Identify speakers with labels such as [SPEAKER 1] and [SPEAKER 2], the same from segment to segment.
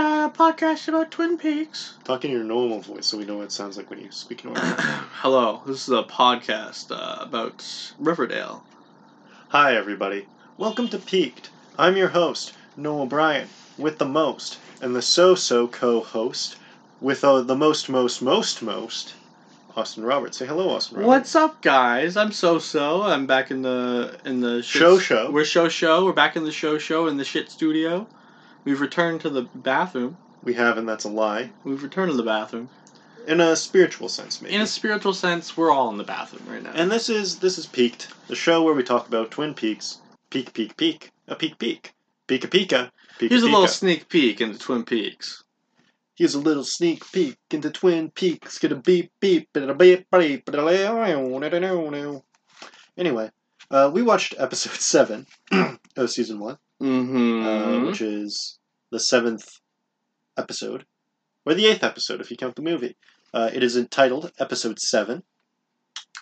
[SPEAKER 1] podcast about Twin Peaks.
[SPEAKER 2] Talk in your normal voice so we know what it sounds like when you speak normal.
[SPEAKER 1] Hello, this is a podcast uh, about Riverdale.
[SPEAKER 2] Hi, everybody. Welcome to Peaked. I'm your host, Noel Bryan, with the most, and the so so co host with uh, the most, most, most, most, Austin Roberts. Say hello, Austin Roberts.
[SPEAKER 1] What's up, guys? I'm so so. I'm back in the in the shit-
[SPEAKER 2] Show show.
[SPEAKER 1] We're show show. We're back in the show show in the shit studio. We've returned to the bathroom.
[SPEAKER 2] We have, and that's a lie.
[SPEAKER 1] We've returned to the bathroom.
[SPEAKER 2] In a spiritual sense, maybe.
[SPEAKER 1] In a spiritual sense, we're all in the bathroom right now.
[SPEAKER 2] and this is this is Peaked, the show where we talk about Twin Peaks, peak, peak, peak, a peak, peak, pika, pika, pika,
[SPEAKER 1] here's a little
[SPEAKER 2] pika.
[SPEAKER 1] sneak peek into Twin Peaks.
[SPEAKER 2] Here's a little sneak peek into Twin Peaks. Get a beep beep bada beep beep bada Anyway, uh, we watched episode seven of season one,
[SPEAKER 1] Mm-hmm.
[SPEAKER 2] uh, which is the seventh episode, or the eighth episode if you count the movie. Uh, it is entitled Episode Seven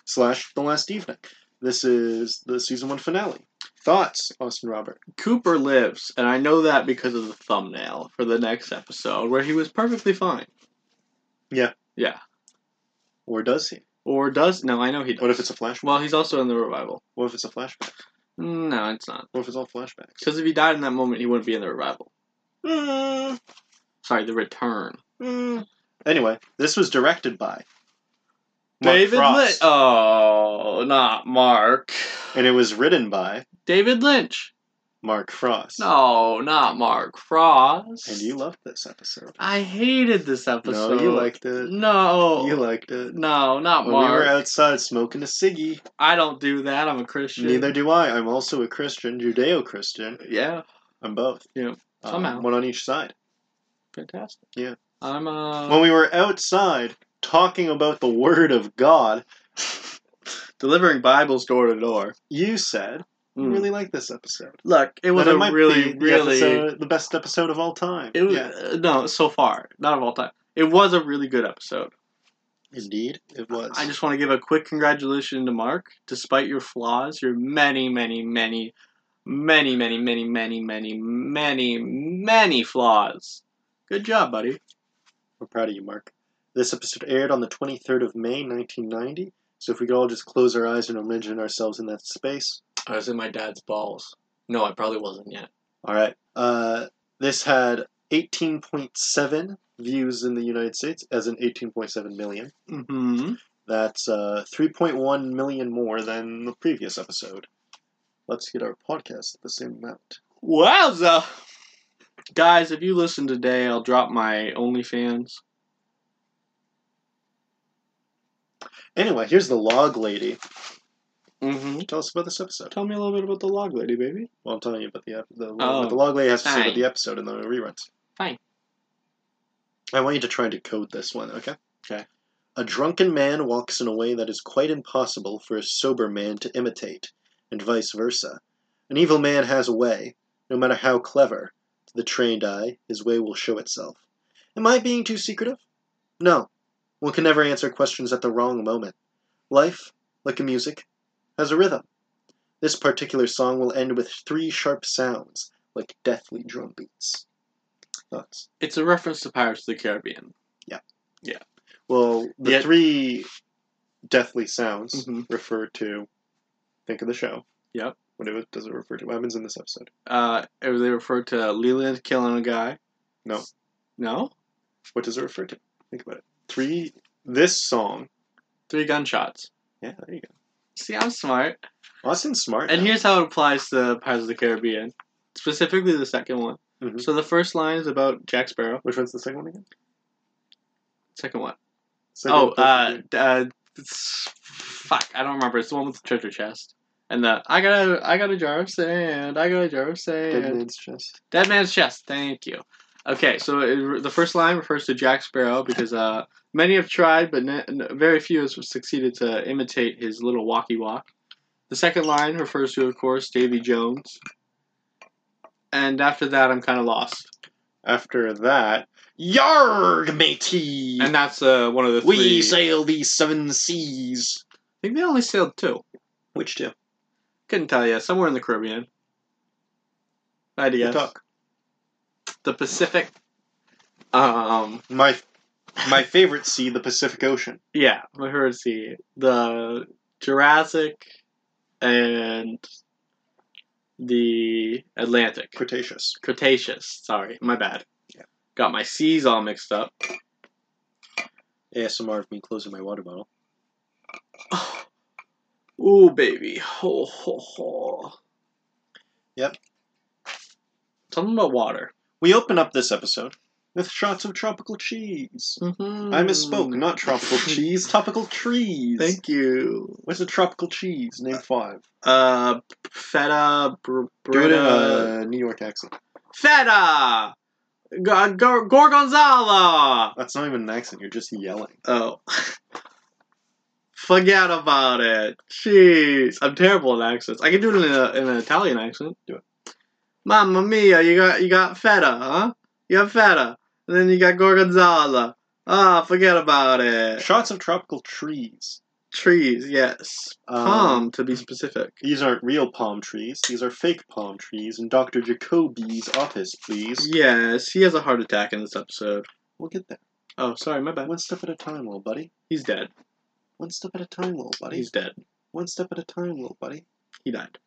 [SPEAKER 2] slash The Last Evening. This is the season one finale. Thoughts, Austin Robert?
[SPEAKER 1] Cooper lives, and I know that because of the thumbnail for the next episode, where he was perfectly fine.
[SPEAKER 2] Yeah.
[SPEAKER 1] Yeah.
[SPEAKER 2] Or does he?
[SPEAKER 1] Or does no? I know he does.
[SPEAKER 2] What if it's a flashback?
[SPEAKER 1] well? He's also in the revival.
[SPEAKER 2] What if it's a flashback?
[SPEAKER 1] No, it's not.
[SPEAKER 2] What if it's all flashbacks?
[SPEAKER 1] Because if he died in that moment, he wouldn't be in the revival.
[SPEAKER 2] Mm.
[SPEAKER 1] Sorry, the return.
[SPEAKER 2] Anyway, this was directed by Mark
[SPEAKER 1] David Lynch.
[SPEAKER 2] Frost,
[SPEAKER 1] Oh, not Mark.
[SPEAKER 2] and it was written by
[SPEAKER 1] David Lynch.
[SPEAKER 2] Mark Frost.
[SPEAKER 1] No, not Mark Frost.
[SPEAKER 2] And you loved this episode.
[SPEAKER 1] I hated this episode.
[SPEAKER 2] No, you liked it.
[SPEAKER 1] No.
[SPEAKER 2] You liked it.
[SPEAKER 1] no, not
[SPEAKER 2] When
[SPEAKER 1] Mark.
[SPEAKER 2] we were outside smoking a ciggy,
[SPEAKER 1] I don't do that. I'm a Christian.
[SPEAKER 2] neither do I. I'm also a Christian, Judeo-Christian.
[SPEAKER 1] Yeah.
[SPEAKER 2] I'm both.
[SPEAKER 1] Yeah,
[SPEAKER 2] Um,
[SPEAKER 1] somehow.
[SPEAKER 2] one on each side.
[SPEAKER 1] Fantastic.
[SPEAKER 2] Yeah.
[SPEAKER 1] I'm uh
[SPEAKER 2] When we were outside talking about the Word of God,
[SPEAKER 1] delivering Bibles door to door.
[SPEAKER 2] you said you really like this episode.
[SPEAKER 1] Look, Hmm. it was
[SPEAKER 2] And
[SPEAKER 1] a really,
[SPEAKER 2] the
[SPEAKER 1] really.
[SPEAKER 2] episode- the best episode of all time.
[SPEAKER 1] It was
[SPEAKER 2] Yeah.
[SPEAKER 1] uh, no so far, not of all time. It was a really good episode.
[SPEAKER 2] Indeed, it was.
[SPEAKER 1] I just want to give a quick congratulations to Mark. Despite your flaws, your many, many, many, many, many, many, many, many, many, many flaws. Good job, buddy.
[SPEAKER 2] We're proud of you, Mark. This episode aired on the 23rd of May, 1990. So if we could all just close our eyes and imagine ourselves in that space.
[SPEAKER 1] I was in my dad's balls. No, I probably wasn't yet.
[SPEAKER 2] All right. Uh, this had 18.7 views in the United States, as in 18.7 million.
[SPEAKER 1] Mm-hmm.
[SPEAKER 2] That's uh, 3.1 million more than the previous episode. Let's get our podcast the same amount.
[SPEAKER 1] Wowza! Guys, if you listen today, I'll drop my OnlyFans.
[SPEAKER 2] Anyway, here's the log lady.
[SPEAKER 1] Mm-hmm.
[SPEAKER 2] Tell us about this episode.
[SPEAKER 1] Tell me a little bit about the log lady, baby.
[SPEAKER 2] Well, I'm telling you about the ep- the,
[SPEAKER 1] Oh.
[SPEAKER 2] what the log lady has to say
[SPEAKER 1] Fine.
[SPEAKER 2] about the episode and the reruns.
[SPEAKER 1] Fine.
[SPEAKER 2] I want you to try to code this one, okay?
[SPEAKER 1] Okay.
[SPEAKER 2] A drunken man walks in a way that is quite impossible for a sober man to imitate, and vice versa. An evil man has a way, no matter how clever. To the trained eye, his way will show itself. Am I being too secretive? No. One can never answer questions at the wrong moment. Life, like a music, has a rhythm. This particular song will end with three sharp sounds, like deathly drum beats. Thoughts?
[SPEAKER 1] It's a reference to Pirates of the Caribbean.
[SPEAKER 2] Well, the
[SPEAKER 1] Yeah.
[SPEAKER 2] three deathly sounds
[SPEAKER 1] Mhm.
[SPEAKER 2] refer to. Think of the show.
[SPEAKER 1] Yep.
[SPEAKER 2] What it, does it refer to? What happens in this episode?
[SPEAKER 1] Uh, they refer to Leland killing a guy.
[SPEAKER 2] No.
[SPEAKER 1] No?
[SPEAKER 2] What does it refer to? Think about it. Three. This song.
[SPEAKER 1] Three gunshots.
[SPEAKER 2] Yeah, there you
[SPEAKER 1] See, I'm smart.
[SPEAKER 2] go. Austin's smart.
[SPEAKER 1] And
[SPEAKER 2] now.
[SPEAKER 1] here's how it applies to Pirates of the Caribbean, specifically the second one.
[SPEAKER 2] Mhm.
[SPEAKER 1] So the first line is about Jack Sparrow.
[SPEAKER 2] Which one's the second one
[SPEAKER 1] Oh,
[SPEAKER 2] again?
[SPEAKER 1] Second one.
[SPEAKER 2] Second
[SPEAKER 1] oh,
[SPEAKER 2] one, third,
[SPEAKER 1] uh,
[SPEAKER 2] third.
[SPEAKER 1] d- uh, it's- fuck, I don't remember. It's the one with the treasure chest. And the I got a I got a jar of sand. I got a jar of sand.
[SPEAKER 2] Dead man's chest.
[SPEAKER 1] Dead man's chest. Thank you. Okay, so it, the first line refers to Jack Sparrow because uh, many have tried, but n- n- very few have succeeded to imitate his little walkie walk. The second line refers to, of course, Davy Jones. And after that, I'm kind of lost.
[SPEAKER 2] After that, yarg matey.
[SPEAKER 1] And that's uh, one of the three.
[SPEAKER 2] We sail these seven seas.
[SPEAKER 1] I think they only sailed two.
[SPEAKER 2] Which two?
[SPEAKER 1] Couldn't tell you. Somewhere in the Caribbean. I had to
[SPEAKER 2] You
[SPEAKER 1] guess.
[SPEAKER 2] talk.
[SPEAKER 1] The Pacific. Um,
[SPEAKER 2] My my favorite sea, the Pacific Ocean.
[SPEAKER 1] yeah, I heard see the Jurassic and the Atlantic.
[SPEAKER 2] Cretaceous.
[SPEAKER 1] Cretaceous. Sorry, my bad.
[SPEAKER 2] Yeah.
[SPEAKER 1] Got my C's all mixed up.
[SPEAKER 2] ASMR of me closing my water bottle.
[SPEAKER 1] Ooh, baby. Ho, ho, ho.
[SPEAKER 2] Yep.
[SPEAKER 1] Something about water.
[SPEAKER 2] We open up this episode with shots of tropical cheese.
[SPEAKER 1] Mm-hmm.
[SPEAKER 2] I misspoke. Not tropical cheese. Tropical trees.
[SPEAKER 1] Thank you.
[SPEAKER 2] What's a tropical cheese? Name five.
[SPEAKER 1] Uh, feta, br- brita,
[SPEAKER 2] New York accent.
[SPEAKER 1] feta, G- Gor- gorgonzola.
[SPEAKER 2] That's not even an accent. You're just yelling.
[SPEAKER 1] Oh, forget about it. Jeez, I'm terrible at accents. I can do it in, a, in an Italian accent.
[SPEAKER 2] Do it.
[SPEAKER 1] Mamma mia, you got you got feta, huh? You got feta, and then you got gorgonzola. Ah, forget about it.
[SPEAKER 2] Shots of tropical trees.
[SPEAKER 1] Trees, yes.
[SPEAKER 2] Um,
[SPEAKER 1] Palm, to be specific.
[SPEAKER 2] These aren't real palm trees. These are fake palm trees. In Dr. Jacoby's office, please.
[SPEAKER 1] Yes, he has a heart attack in this episode.
[SPEAKER 2] We'll get there.
[SPEAKER 1] Oh, sorry, my bad.
[SPEAKER 2] One step at a time, little buddy.
[SPEAKER 1] He's dead.
[SPEAKER 2] One step at a time, little buddy.
[SPEAKER 1] He's dead.
[SPEAKER 2] One step at a time, little buddy. Can
[SPEAKER 1] He died.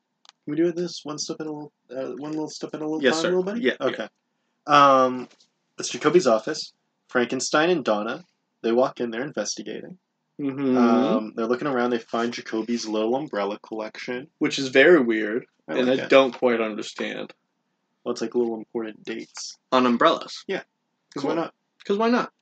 [SPEAKER 2] we do it this one step at a little, uh, one little step at a little
[SPEAKER 1] Yes,
[SPEAKER 2] time,
[SPEAKER 1] sir.
[SPEAKER 2] little buddy?
[SPEAKER 1] Yeah,
[SPEAKER 2] Okay. Um, it's Jacoby's office. Frankenstein and Donna. They walk in. They're investigating.
[SPEAKER 1] Mm-hmm.
[SPEAKER 2] Um, they're looking around. They find Jacoby's little umbrella collection.
[SPEAKER 1] Which is very weird,
[SPEAKER 2] I
[SPEAKER 1] and
[SPEAKER 2] like
[SPEAKER 1] I
[SPEAKER 2] it.
[SPEAKER 1] don't quite understand.
[SPEAKER 2] Well, it's like little important dates.
[SPEAKER 1] On umbrellas.
[SPEAKER 2] 'Cause
[SPEAKER 1] Cool.
[SPEAKER 2] why not?
[SPEAKER 1] Because why not?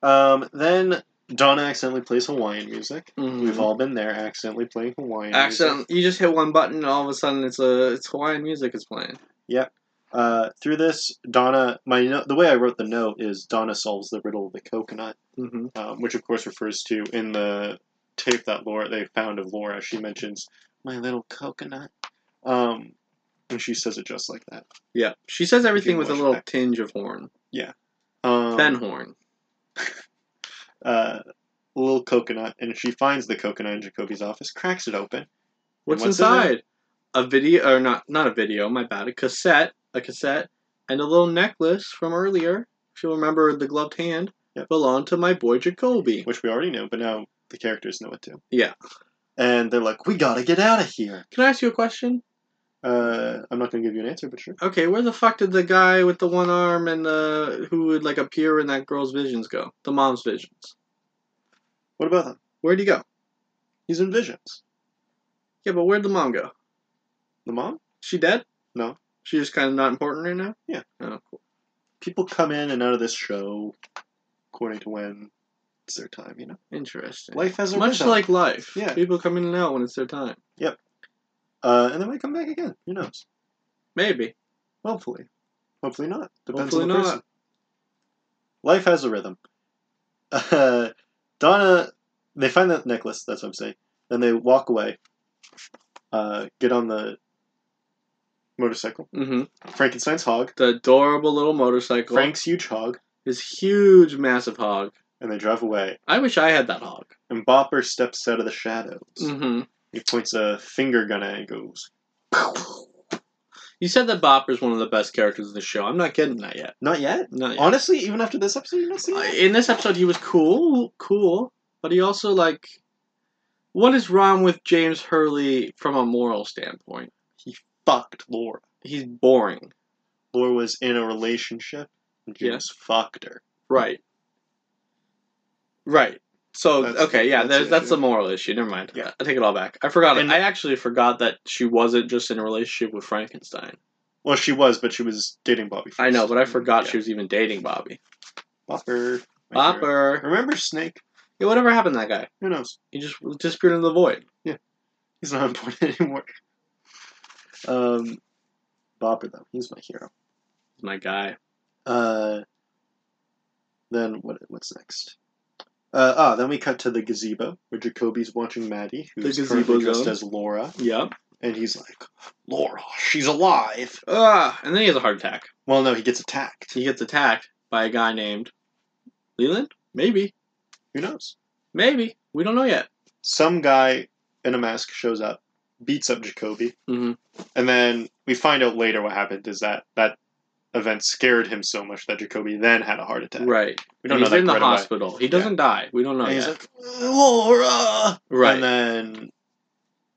[SPEAKER 2] Um, then Donna accidentally plays Hawaiian music. We've
[SPEAKER 1] Mhm.
[SPEAKER 2] all been there, accidentally playing Hawaiian music.
[SPEAKER 1] Accident. You just hit one button, and all of a sudden, it's a it's Hawaiian music is playing.
[SPEAKER 2] Uh, through this, Donna, my no- the way I wrote the note is Donna solves the riddle of the coconut,
[SPEAKER 1] Mm-hmm.
[SPEAKER 2] um, which of course refers to in the tape that Laura they found of Laura. She mentions my little coconut, um, and she says it just like that.
[SPEAKER 1] Yeah. She says everything with a
[SPEAKER 2] watch
[SPEAKER 1] little
[SPEAKER 2] back.
[SPEAKER 1] tinge of horn.
[SPEAKER 2] Um,
[SPEAKER 1] Fen horn.
[SPEAKER 2] uh, little coconut, and she finds the coconut in Jacoby's office, cracks it open.
[SPEAKER 1] What's,
[SPEAKER 2] what's in
[SPEAKER 1] inside? a video, or not? Not a video. My bad. A cassette. A cassette, and a little necklace from earlier. If you remember, the gloved hand
[SPEAKER 2] Yep.
[SPEAKER 1] belonged to my boy Jacoby.
[SPEAKER 2] which we already knew, but now the characters know it too.
[SPEAKER 1] Yeah.
[SPEAKER 2] And they're like, we gotta get out of here.
[SPEAKER 1] Can I ask you a question?
[SPEAKER 2] Uh, I'm not gonna give you an answer, but sure.
[SPEAKER 1] Okay, where the fuck did the guy with the one arm and the who would like appear in that girl's visions go? The mom's visions.
[SPEAKER 2] What about them?
[SPEAKER 1] Where'd he go?
[SPEAKER 2] He's in visions.
[SPEAKER 1] Yeah, but where'd the mom go?
[SPEAKER 2] The mom?
[SPEAKER 1] She dead?
[SPEAKER 2] No.
[SPEAKER 1] She just kind of not important right now.
[SPEAKER 2] Yeah.
[SPEAKER 1] Oh, cool.
[SPEAKER 2] People come in and out of this show according to when it's their time, you know?
[SPEAKER 1] Interesting.
[SPEAKER 2] Life has a
[SPEAKER 1] Much
[SPEAKER 2] rhythm.
[SPEAKER 1] like life.
[SPEAKER 2] Yeah.
[SPEAKER 1] People come in and out when it's their time.
[SPEAKER 2] Uh, and they might come back again. Who knows?
[SPEAKER 1] Maybe.
[SPEAKER 2] Hopefully. Hopefully not. Depends
[SPEAKER 1] Hopefully
[SPEAKER 2] on the
[SPEAKER 1] not.
[SPEAKER 2] person. Life has a rhythm. Uh, Donna, they find that necklace, that's what I'm saying. Then they walk away, uh, get on the motorcycle.
[SPEAKER 1] Mm-hmm.
[SPEAKER 2] Frankenstein's hog,
[SPEAKER 1] The adorable little motorcycle.
[SPEAKER 2] Frank's huge hog,
[SPEAKER 1] His huge, massive hog.
[SPEAKER 2] and they drive away.
[SPEAKER 1] I wish I had that hog.
[SPEAKER 2] And Bopper steps out of the shadows.
[SPEAKER 1] Mm-hmm.
[SPEAKER 2] He points a finger gun at it and goes,
[SPEAKER 1] You said that Bopper's one of the best characters in the show. I'm not getting that yet.
[SPEAKER 2] Not yet?
[SPEAKER 1] Not yet.
[SPEAKER 2] Honestly, even after this episode, you're not seeing
[SPEAKER 1] Uh,
[SPEAKER 2] it.
[SPEAKER 1] in this episode he was cool cool but he also like what is wrong with james hurley from a moral standpoint
[SPEAKER 2] Fucked Laura.
[SPEAKER 1] he's boring
[SPEAKER 2] Laura was in a relationship, and James fucked her.
[SPEAKER 1] right right so
[SPEAKER 2] That's-
[SPEAKER 1] okay yeah
[SPEAKER 2] that's
[SPEAKER 1] that's,
[SPEAKER 2] the
[SPEAKER 1] that's
[SPEAKER 2] issue.
[SPEAKER 1] the moral issue never mind
[SPEAKER 2] Yeah.
[SPEAKER 1] i take it all back i forgot
[SPEAKER 2] And-
[SPEAKER 1] i actually forgot that she wasn't just in a relationship with frankenstein
[SPEAKER 2] Well, she was, but she was dating Bobby first.
[SPEAKER 1] i know but i forgot
[SPEAKER 2] Mm, Yeah.
[SPEAKER 1] she was even dating bobby
[SPEAKER 2] Bopper. My hero.
[SPEAKER 1] bopper
[SPEAKER 2] Remember Snake?
[SPEAKER 1] yeah whatever happened to that guy
[SPEAKER 2] Who knows?
[SPEAKER 1] he just disappeared into the void
[SPEAKER 2] He's not important anymore. Um, Bopper, though, he's my hero.
[SPEAKER 1] He's my guy
[SPEAKER 2] Uh, then what? What's next? Uh, ah, then we cut to the gazebo where Jacoby's watching Maddie, who's
[SPEAKER 1] gazebo
[SPEAKER 2] currently dressed
[SPEAKER 1] zone.
[SPEAKER 2] as Laura,
[SPEAKER 1] yep
[SPEAKER 2] and he's like, "Laura, she's alive."
[SPEAKER 1] ah and then he has a heart attack
[SPEAKER 2] Well, no, he gets attacked.
[SPEAKER 1] he gets attacked by a guy named Leland? Maybe.
[SPEAKER 2] Who knows?
[SPEAKER 1] Maybe. We don't know yet.
[SPEAKER 2] Some guy in a mask shows up, beats up Jacoby,
[SPEAKER 1] Mm-hmm.
[SPEAKER 2] and then we find out later what happened is that that event scared him so much that Jacoby then had a heart attack.
[SPEAKER 1] Right.
[SPEAKER 2] We don't
[SPEAKER 1] he's
[SPEAKER 2] know that
[SPEAKER 1] in the
[SPEAKER 2] right away.
[SPEAKER 1] hospital. He doesn't die. We don't know
[SPEAKER 2] And he's
[SPEAKER 1] yet.
[SPEAKER 2] like, Laura!
[SPEAKER 1] right.
[SPEAKER 2] And then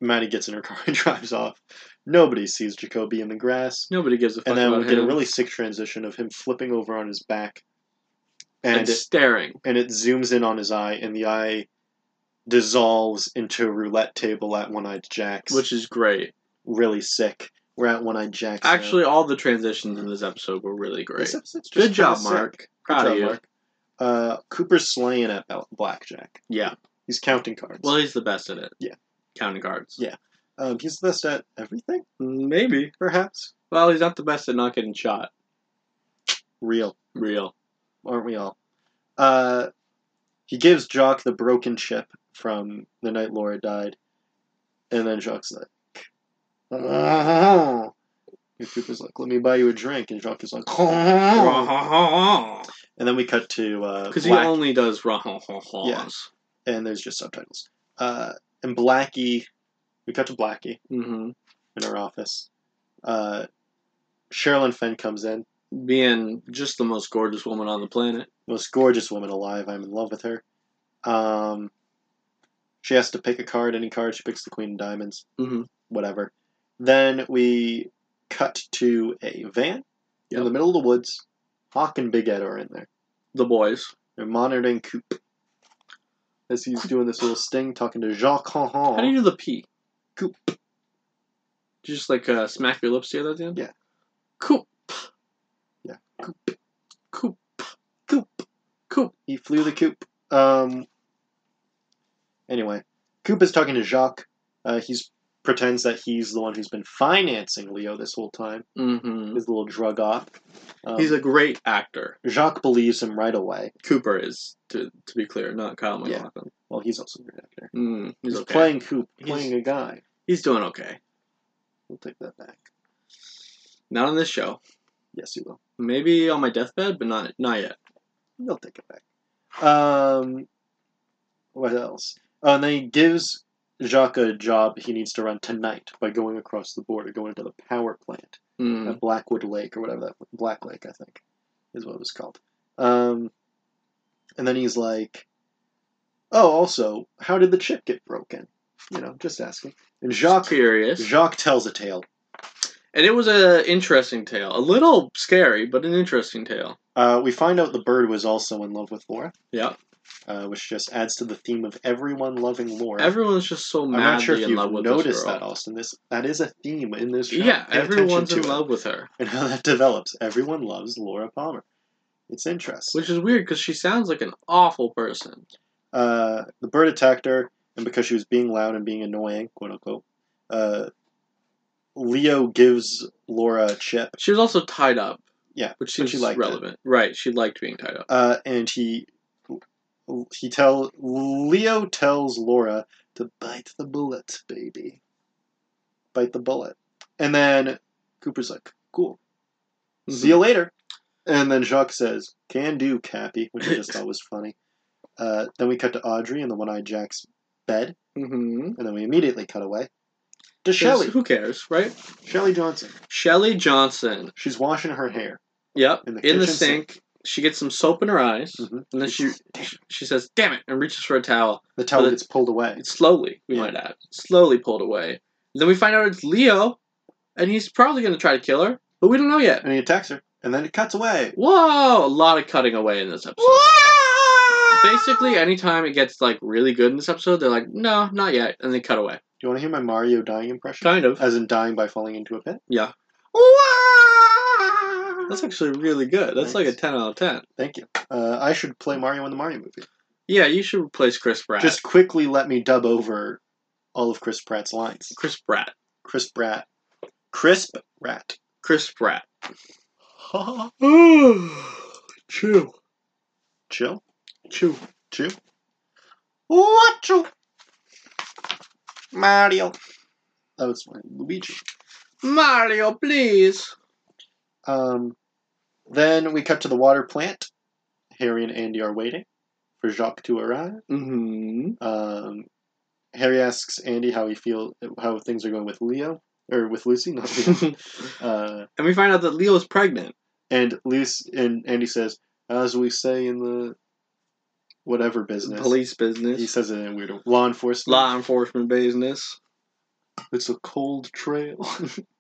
[SPEAKER 2] Maddie gets in her car and drives off. Nobody sees Jacoby in the grass.
[SPEAKER 1] Nobody gives a fuck
[SPEAKER 2] And then
[SPEAKER 1] about
[SPEAKER 2] we get
[SPEAKER 1] him.
[SPEAKER 2] a really sick transition of him flipping over on his back.
[SPEAKER 1] and,
[SPEAKER 2] And it,
[SPEAKER 1] staring.
[SPEAKER 2] and it zooms in on his eye, and the eye dissolves into a roulette table at One Eyed Jack's.
[SPEAKER 1] Which is great.
[SPEAKER 2] really sick. We're at One Eyed Jack's. now.
[SPEAKER 1] Actually, all the transitions in this episode were really great.
[SPEAKER 2] This episode's
[SPEAKER 1] Good
[SPEAKER 2] just
[SPEAKER 1] job,
[SPEAKER 2] kinda
[SPEAKER 1] Mark.
[SPEAKER 2] sick.
[SPEAKER 1] Proud
[SPEAKER 2] Good
[SPEAKER 1] of
[SPEAKER 2] job,
[SPEAKER 1] you.
[SPEAKER 2] Mark. Uh, Cooper's slaying at bel- blackjack.
[SPEAKER 1] Yeah.
[SPEAKER 2] He's counting cards.
[SPEAKER 1] Well, he's the best at it.
[SPEAKER 2] Yeah.
[SPEAKER 1] Counting cards.
[SPEAKER 2] Yeah. um, he's the best at everything,
[SPEAKER 1] Maybe.
[SPEAKER 2] perhaps.
[SPEAKER 1] Well, he's not the best at not getting shot.
[SPEAKER 2] Real,
[SPEAKER 1] Real.
[SPEAKER 2] aren't we all? Uh, he gives Jock the broken chip from the night Laura died, and then Jock's like, "Oh." and Cooper's like, "Let me buy you a drink," and Jock is like, "Oh."
[SPEAKER 1] Because
[SPEAKER 2] and then we cut to uh,
[SPEAKER 1] he
[SPEAKER 2] Black-
[SPEAKER 1] only does rah
[SPEAKER 2] Yeah. and there's just subtitles. Uh, and Blackie, we cut to Blackie
[SPEAKER 1] hmm
[SPEAKER 2] in her office. Uh, Sherilyn Fenn comes in,
[SPEAKER 1] Being just the most gorgeous woman on the planet.
[SPEAKER 2] most gorgeous woman alive. I'm in love with her. Um, she has to pick a card, any card. She picks the Queen of Diamonds,
[SPEAKER 1] hmm
[SPEAKER 2] whatever. Then we cut to a van in
[SPEAKER 1] Yep.
[SPEAKER 2] the middle of the woods. Hawk and Big Ed are in there.
[SPEAKER 1] The boys.
[SPEAKER 2] They're monitoring Coop as he's doing this little sting, talking to Jacques.
[SPEAKER 1] How do you do the P?
[SPEAKER 2] Coop.
[SPEAKER 1] Did you just like uh, smack your lips together at the end?
[SPEAKER 2] Yeah.
[SPEAKER 1] Coop.
[SPEAKER 2] Yeah.
[SPEAKER 1] Coop. Coop. Coop. Coop.
[SPEAKER 2] He flew the coop. Um. Anyway, Coop is talking to Jacques. Uh, he's pretends that he's the one who's been financing Leo this whole time.
[SPEAKER 1] hmm
[SPEAKER 2] His little drug off. Um,
[SPEAKER 1] He's a great actor.
[SPEAKER 2] Jacques believes him right away.
[SPEAKER 1] Cooper is, to to be clear, not Kyle
[SPEAKER 2] Yeah.
[SPEAKER 1] MacLachlan.
[SPEAKER 2] Well, he's also a good actor.
[SPEAKER 1] Mm, he's
[SPEAKER 2] He's
[SPEAKER 1] okay.
[SPEAKER 2] playing Coop,
[SPEAKER 1] He's-
[SPEAKER 2] playing a guy.
[SPEAKER 1] He's doing okay.
[SPEAKER 2] We'll take that back.
[SPEAKER 1] Not on this show.
[SPEAKER 2] Yes, he will.
[SPEAKER 1] Maybe on my deathbed, but not not yet.
[SPEAKER 2] We'll take it back. Um. What else? Uh, and then he gives Jacques a job he needs to run tonight by going across the border, going to the power plant.
[SPEAKER 1] Mm.
[SPEAKER 2] at Blackwood Lake or whatever that Black Lake I think is what it was called. Um, and then he's like, "Oh, also, how did the chip get broken?" You know, just asking. And Jacques
[SPEAKER 1] Curious.
[SPEAKER 2] Jacques tells a tale.
[SPEAKER 1] And it was a interesting tale. A little scary, but an interesting tale.
[SPEAKER 2] Uh, we find out the bird was also in love with Laura,
[SPEAKER 1] Yeah.
[SPEAKER 2] uh, which just adds to the theme of everyone loving Laura.
[SPEAKER 1] Everyone's just so
[SPEAKER 2] I'm
[SPEAKER 1] madly
[SPEAKER 2] not sure if
[SPEAKER 1] in love
[SPEAKER 2] you've
[SPEAKER 1] with
[SPEAKER 2] noticed
[SPEAKER 1] this
[SPEAKER 2] that,
[SPEAKER 1] girl.
[SPEAKER 2] Austin. This that is a theme in this show.
[SPEAKER 1] yeah,
[SPEAKER 2] Pay attention
[SPEAKER 1] everyone's
[SPEAKER 2] to
[SPEAKER 1] in
[SPEAKER 2] it
[SPEAKER 1] love with her,
[SPEAKER 2] and how that develops. Everyone loves Laura Palmer. It's interesting.
[SPEAKER 1] which is weird because she sounds like an awful person.
[SPEAKER 2] uh, the bird attacked her, and because she was being loud and being annoying, quote unquote, uh, Leo gives Laura a chip,
[SPEAKER 1] She was also tied up.
[SPEAKER 2] Yeah,
[SPEAKER 1] which
[SPEAKER 2] but she
[SPEAKER 1] seems
[SPEAKER 2] liked it.
[SPEAKER 1] relevant. Right, she liked being tied up.
[SPEAKER 2] uh, and he he tell Leo tells Laura to bite the bullet, baby, bite the bullet, and then Cooper's like, cool,
[SPEAKER 1] Mm-hmm.
[SPEAKER 2] see you later. And then Jacques says, can do, Cappy, which I just thought was funny. Uh, then we cut to Audrey in the one eyed Jack's bed,
[SPEAKER 1] Mm-hmm.
[SPEAKER 2] and then we immediately cut away to Shelly.
[SPEAKER 1] Who cares, right?
[SPEAKER 2] Shelly Johnson.
[SPEAKER 1] Shelly Johnson.
[SPEAKER 2] She's washing her hair.
[SPEAKER 1] Yep, in
[SPEAKER 2] In the
[SPEAKER 1] the,
[SPEAKER 2] kitchen
[SPEAKER 1] sink. She gets some soap in her eyes,
[SPEAKER 2] Mhm.
[SPEAKER 1] and then she she says, "Damn it!" and reaches for a towel.
[SPEAKER 2] The towel
[SPEAKER 1] But it-
[SPEAKER 2] gets pulled away.
[SPEAKER 1] It's slowly, we
[SPEAKER 2] Yeah.
[SPEAKER 1] might add, slowly pulled away. Then we find out it's Leo, and he's probably going to try to kill her, but we don't know yet.
[SPEAKER 2] And he attacks her. And then it cuts away.
[SPEAKER 1] Whoa! A lot of cutting away in this episode. Basically, anytime it gets like really good in this episode, they're like, "No, not yet," and they cut away.
[SPEAKER 2] Do you want to hear my Mario dying impression?
[SPEAKER 1] Kind of.
[SPEAKER 2] As in dying by falling into a pit?
[SPEAKER 1] Yeah. That's actually really good. That's like a
[SPEAKER 2] Thanks.
[SPEAKER 1] ten out of ten.
[SPEAKER 2] Thank you. Uh, I should play Mario in the Mario movie.
[SPEAKER 1] Yeah, you should replace Chris Pratt.
[SPEAKER 2] Just quickly let me dub over all of Chris Pratt's lines.
[SPEAKER 1] Chris Pratt.
[SPEAKER 2] Chris Pratt. Crisp Rat.
[SPEAKER 1] Chris Pratt. Chew.
[SPEAKER 2] Chill.
[SPEAKER 1] Chew.
[SPEAKER 2] Chew. Watcho. Mario. That was my Luigi.
[SPEAKER 1] Mario, please.
[SPEAKER 2] Um, then we cut to the water plant. Harry and Andy are waiting for Jacques to arrive.
[SPEAKER 1] Mm-hmm.
[SPEAKER 2] Um, Harry asks Andy how he feel how things are going with Leo or with Lucy, not Leo.
[SPEAKER 1] and
[SPEAKER 2] uh,
[SPEAKER 1] we find out that Leo is pregnant.
[SPEAKER 2] And Luce and Andy says, as we say in the whatever business.
[SPEAKER 1] Police
[SPEAKER 2] He
[SPEAKER 1] business.
[SPEAKER 2] says it in a weird law enforcement.
[SPEAKER 1] Law enforcement business.
[SPEAKER 2] It's a cold trail.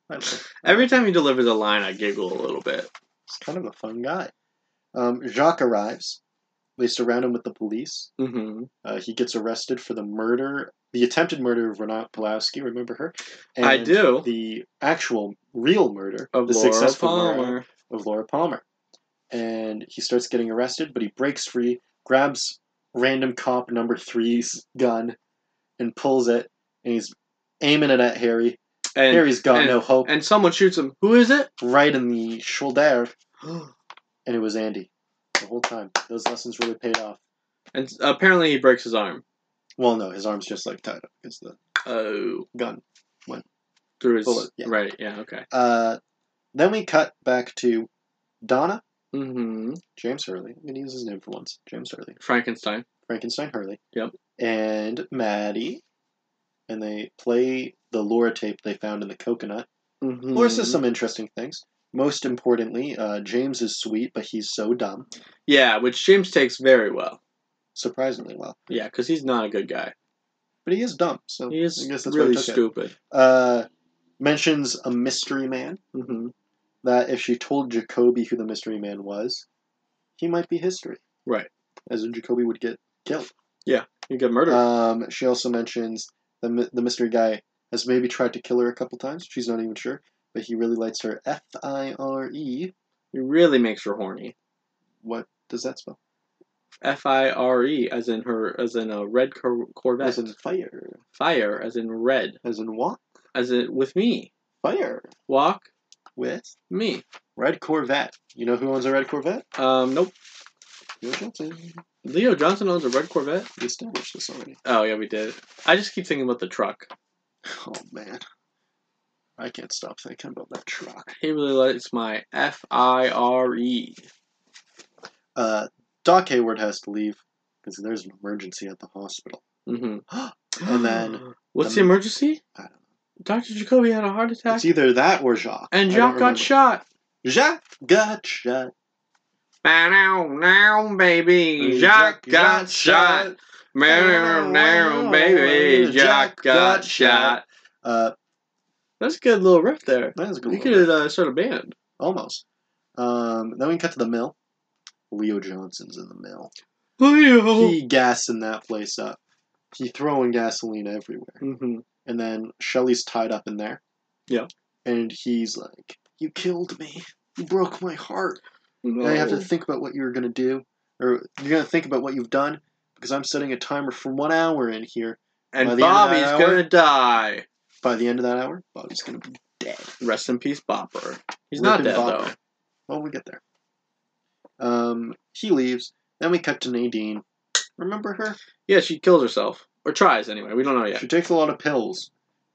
[SPEAKER 2] I don't know.
[SPEAKER 1] Every time he delivers a line, I giggle a little bit.
[SPEAKER 2] He's kind of a fun guy. Um, Jacques arrives. They surround him with the police.
[SPEAKER 1] hmm
[SPEAKER 2] Uh, he gets arrested for the murder, the attempted murder of Renat Pulowski. Remember her?
[SPEAKER 1] I do.
[SPEAKER 2] The actual, real murder
[SPEAKER 1] Of
[SPEAKER 2] the
[SPEAKER 1] Laura
[SPEAKER 2] successful
[SPEAKER 1] Palmer.
[SPEAKER 2] murder of Laura Palmer. And he starts getting arrested, but he breaks free, grabs random cop number three's gun, and pulls it, and he's aiming it at Harry.
[SPEAKER 1] And,
[SPEAKER 2] Harry's got
[SPEAKER 1] and-
[SPEAKER 2] no hope.
[SPEAKER 1] and someone shoots him. Who is it?
[SPEAKER 2] right in the shoulder, and it was Andy the whole time. Those lessons really paid off.
[SPEAKER 1] and apparently he breaks his arm.
[SPEAKER 2] Well, no, his arm's just like tied up because the
[SPEAKER 1] Oh.
[SPEAKER 2] gun.
[SPEAKER 1] Through his.
[SPEAKER 2] Bullet, yeah.
[SPEAKER 1] Right, yeah, okay.
[SPEAKER 2] Uh, then we cut back to Donna, Mm-hmm.
[SPEAKER 1] hmm
[SPEAKER 2] James Hurley. I'm gonna use his name for once. James Hurley,
[SPEAKER 1] Frankenstein.
[SPEAKER 2] Frankenstein Hurley.
[SPEAKER 1] Yep.
[SPEAKER 2] And Maddie, and they play the Laura tape they found in the coconut.
[SPEAKER 1] Mm-hmm.
[SPEAKER 2] Laura says some interesting things. Most importantly, uh, James is sweet, but he's so dumb.
[SPEAKER 1] Yeah, which James takes very well.
[SPEAKER 2] Surprisingly well,
[SPEAKER 1] Yeah, because he's not a good guy.
[SPEAKER 2] but he is dumb. So
[SPEAKER 1] He is
[SPEAKER 2] Oh, I guess that's where I
[SPEAKER 1] really
[SPEAKER 2] took it.
[SPEAKER 1] stupid.
[SPEAKER 2] uh, mentions a mystery man
[SPEAKER 1] hmm
[SPEAKER 2] that if she told Jacoby who the mystery man was, he might be history.
[SPEAKER 1] Right.
[SPEAKER 2] As in, Jacoby would get killed.
[SPEAKER 1] You get murdered.
[SPEAKER 2] Um, she also mentions the, my- the mystery guy has maybe tried to kill her a couple times. She's not even sure, but he really likes her. F I R E.
[SPEAKER 1] it really makes her horny.
[SPEAKER 2] What does that spell?
[SPEAKER 1] F I R E, as in her, as in a red cor- Corvette.
[SPEAKER 2] As in fire.
[SPEAKER 1] fire, as in red,
[SPEAKER 2] As in walk.
[SPEAKER 1] as in with me.
[SPEAKER 2] Fire.
[SPEAKER 1] Walk
[SPEAKER 2] With
[SPEAKER 1] me.
[SPEAKER 2] red Corvette. You know who owns a red Corvette?
[SPEAKER 1] Um, nope.
[SPEAKER 2] Bill Johnson.
[SPEAKER 1] Leo Johnson owns a red Corvette.
[SPEAKER 2] We established this already.
[SPEAKER 1] Oh yeah, we did. I just keep thinking about the truck.
[SPEAKER 2] Oh man, I can't stop thinking about that truck.
[SPEAKER 1] He really likes my F I R E.
[SPEAKER 2] Uh, Doc Hayward has to leave because there's an emergency at the hospital.
[SPEAKER 1] Mm-hmm.
[SPEAKER 2] And then-
[SPEAKER 1] what's the
[SPEAKER 2] then-
[SPEAKER 1] emergency?
[SPEAKER 2] I don't
[SPEAKER 1] Doctor Jacoby had a heart attack,
[SPEAKER 2] It's either that or Jacques.
[SPEAKER 1] and
[SPEAKER 2] I
[SPEAKER 1] Jacques got
[SPEAKER 2] don't remember.
[SPEAKER 1] shot.
[SPEAKER 2] Jacques got shot.
[SPEAKER 1] Now, now, baby, Uh, Jacques got shot. Now, now, baby, Jacques got shot.
[SPEAKER 2] Uh,
[SPEAKER 1] That's a good little riff there.
[SPEAKER 2] that was a good.
[SPEAKER 1] You
[SPEAKER 2] one.
[SPEAKER 1] could have uh, started a band.
[SPEAKER 2] Almost. Um, then we cut to the mill. Leo Johnson's in the mill.
[SPEAKER 1] Leo.
[SPEAKER 2] He gassing that place up. He throwing gasoline everywhere.
[SPEAKER 1] hmm
[SPEAKER 2] and then Shelly's tied up in there.
[SPEAKER 1] Yeah.
[SPEAKER 2] And he's like, "You killed me. You broke my heart. And I have to think about what you were gonna do, or you're gonna think about what you've done, because I'm setting a timer for one hour in here. By
[SPEAKER 1] and
[SPEAKER 2] the end of that
[SPEAKER 1] Bobby's
[SPEAKER 2] hour-
[SPEAKER 1] gonna die.
[SPEAKER 2] By the end of that hour, Bobby's gonna be.
[SPEAKER 1] Rest in peace, Bopper. He's
[SPEAKER 2] Rip
[SPEAKER 1] not
[SPEAKER 2] and
[SPEAKER 1] dead
[SPEAKER 2] Bopper.
[SPEAKER 1] though.
[SPEAKER 2] Well, we get there. Um, he leaves. Then we cut to Nadine. Remember her?
[SPEAKER 1] Yeah, she kills herself or tries anyway. We don't know yet.
[SPEAKER 2] She takes a lot of pills.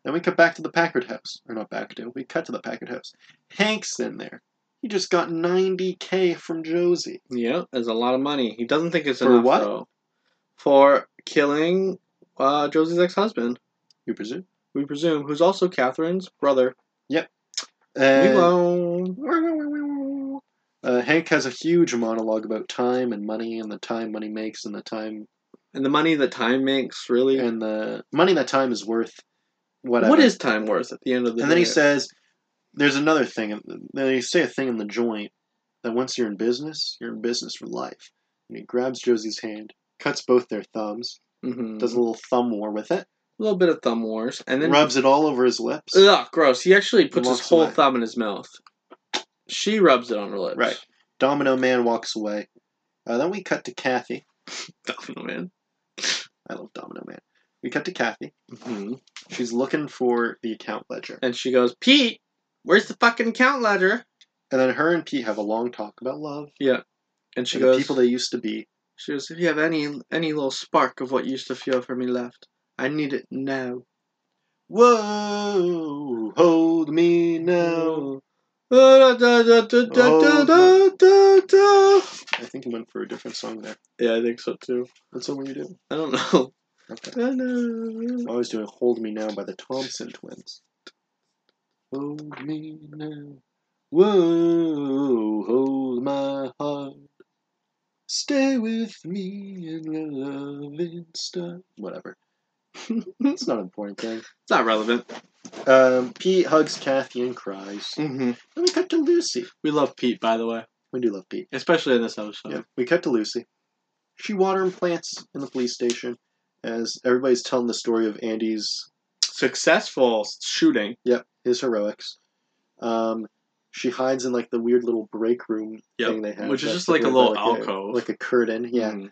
[SPEAKER 2] Then we cut back to the Packard house. Or not back to, we cut to the Packard house. Hank's in there. He just got 90k from Josie.
[SPEAKER 1] Yeah, there's a lot of money. He doesn't think it's
[SPEAKER 2] For
[SPEAKER 1] enough
[SPEAKER 2] what?
[SPEAKER 1] though. For killing uh, Josie's ex-husband,
[SPEAKER 2] You presume?
[SPEAKER 1] we presume, who's also Catherine's brother.
[SPEAKER 2] And,
[SPEAKER 1] Milo.
[SPEAKER 2] uh, Hank has a huge monologue about time and money and the time money makes and the time
[SPEAKER 1] And the money that time makes, really.
[SPEAKER 2] and the money that time is worth. Whatever.
[SPEAKER 1] What is time worth at the end of the
[SPEAKER 2] And then he
[SPEAKER 1] day?
[SPEAKER 2] says, "There's another thing." They say a thing in the joint that once you're in business, you're in business for life. And he grabs Josie's hand, cuts both their thumbs,
[SPEAKER 1] Mhm.
[SPEAKER 2] does a little thumb war with it,
[SPEAKER 1] a little bit of thumb wars, and then Uh.
[SPEAKER 2] rubs it all over his lips.
[SPEAKER 1] Ugh, gross. He actually puts his
[SPEAKER 2] Walks
[SPEAKER 1] whole
[SPEAKER 2] away.
[SPEAKER 1] thumb in his mouth. She rubs it on her lips.
[SPEAKER 2] Right. Domino Man walks away. Uh, then we cut to Kathy.
[SPEAKER 1] Domino Oh, man.
[SPEAKER 2] I love Domino Man. We cut to Kathy.
[SPEAKER 1] hmm
[SPEAKER 2] She's looking for the account ledger.
[SPEAKER 1] And she goes, Pete, where's the fucking count ledger?
[SPEAKER 2] And then her and Pete have a long talk about love.
[SPEAKER 1] And she
[SPEAKER 2] and
[SPEAKER 1] goes,
[SPEAKER 2] the people they used to be.
[SPEAKER 1] she goes, if you have any any little spark of what used to feel for me left, I need it now.
[SPEAKER 2] Whoa, hold me now.
[SPEAKER 1] Oh. Da, da, da, da, da, da, da, da.
[SPEAKER 2] I think you went for a different song there.
[SPEAKER 1] Yeah, I think so too.
[SPEAKER 2] What song were you doing?
[SPEAKER 1] I don't know.
[SPEAKER 2] Okay.
[SPEAKER 1] Da, da.
[SPEAKER 2] I was doing Hold Me Now by the Thompson Twins. Hold me now. Whoa, hold my heart. Stay with me and let love it start. Whatever. it's not an important thing.
[SPEAKER 1] It's not relevant.
[SPEAKER 2] Um, Pete hugs Kathy and cries.
[SPEAKER 1] Mm-hmm.
[SPEAKER 2] And we cut to Lucy.
[SPEAKER 1] We love Pete, by the way,
[SPEAKER 2] We do love Pete.
[SPEAKER 1] especially in this episode.
[SPEAKER 2] Yeah, we cut to Lucy. She watering plants in the police station as everybody's telling the story of Andy's
[SPEAKER 1] Successful shooting.
[SPEAKER 2] Yep, his heroics. Um, she hides in like the weird little break room
[SPEAKER 1] Yep,
[SPEAKER 2] thing they have,
[SPEAKER 1] which is
[SPEAKER 2] that's
[SPEAKER 1] just like a
[SPEAKER 2] supported
[SPEAKER 1] little
[SPEAKER 2] by,
[SPEAKER 1] alcove.
[SPEAKER 2] like a curtain. Yeah,
[SPEAKER 1] Mhm.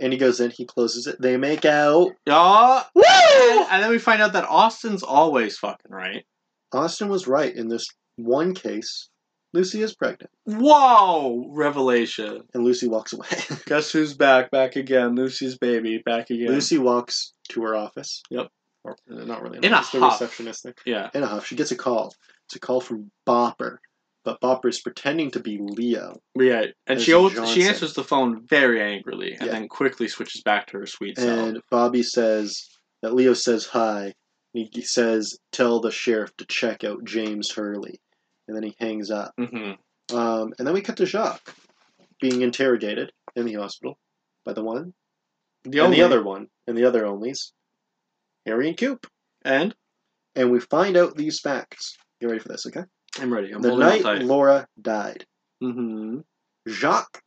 [SPEAKER 2] and he goes in, he closes it. They make out.
[SPEAKER 1] Aw,
[SPEAKER 2] Woo!
[SPEAKER 1] And then we find out that Austin's always fucking right.
[SPEAKER 2] Austin was right in this one case. Lucy is pregnant,
[SPEAKER 1] Whoa! Revelation.
[SPEAKER 2] and Lucy walks away.
[SPEAKER 1] Guess who's back? Back again. Lucy's baby. Back again.
[SPEAKER 2] Lucy walks to her office.
[SPEAKER 1] Yep.
[SPEAKER 2] Or, uh, not really. an
[SPEAKER 1] In a
[SPEAKER 2] office, the
[SPEAKER 1] huff.
[SPEAKER 2] receptionist thing.
[SPEAKER 1] Yeah.
[SPEAKER 2] In a huff, she gets a call. It's a call from Bopper, but Bopper is pretending to be Leo.
[SPEAKER 1] Yeah. And she
[SPEAKER 2] There's
[SPEAKER 1] always,
[SPEAKER 2] Johnson.
[SPEAKER 1] she answers the phone very angrily and
[SPEAKER 2] Yeah.
[SPEAKER 1] then quickly switches back to her sweet self.
[SPEAKER 2] and Bobby says that Leo says hi. And he says, "Tell the sheriff to check out James Hurley," and then he hangs up.
[SPEAKER 1] hmm
[SPEAKER 2] Um, and then we cut to Jacques being interrogated in the hospital by the one
[SPEAKER 1] The
[SPEAKER 2] and
[SPEAKER 1] only
[SPEAKER 2] the other one and the other onlys, Harry and Coop.
[SPEAKER 1] And
[SPEAKER 2] And we find out these facts. You ready for this? Okay.
[SPEAKER 1] I'm ready. I'm
[SPEAKER 2] the
[SPEAKER 1] holding out
[SPEAKER 2] night
[SPEAKER 1] tight.
[SPEAKER 2] Laura died,
[SPEAKER 1] Mm-hmm.
[SPEAKER 2] Jacques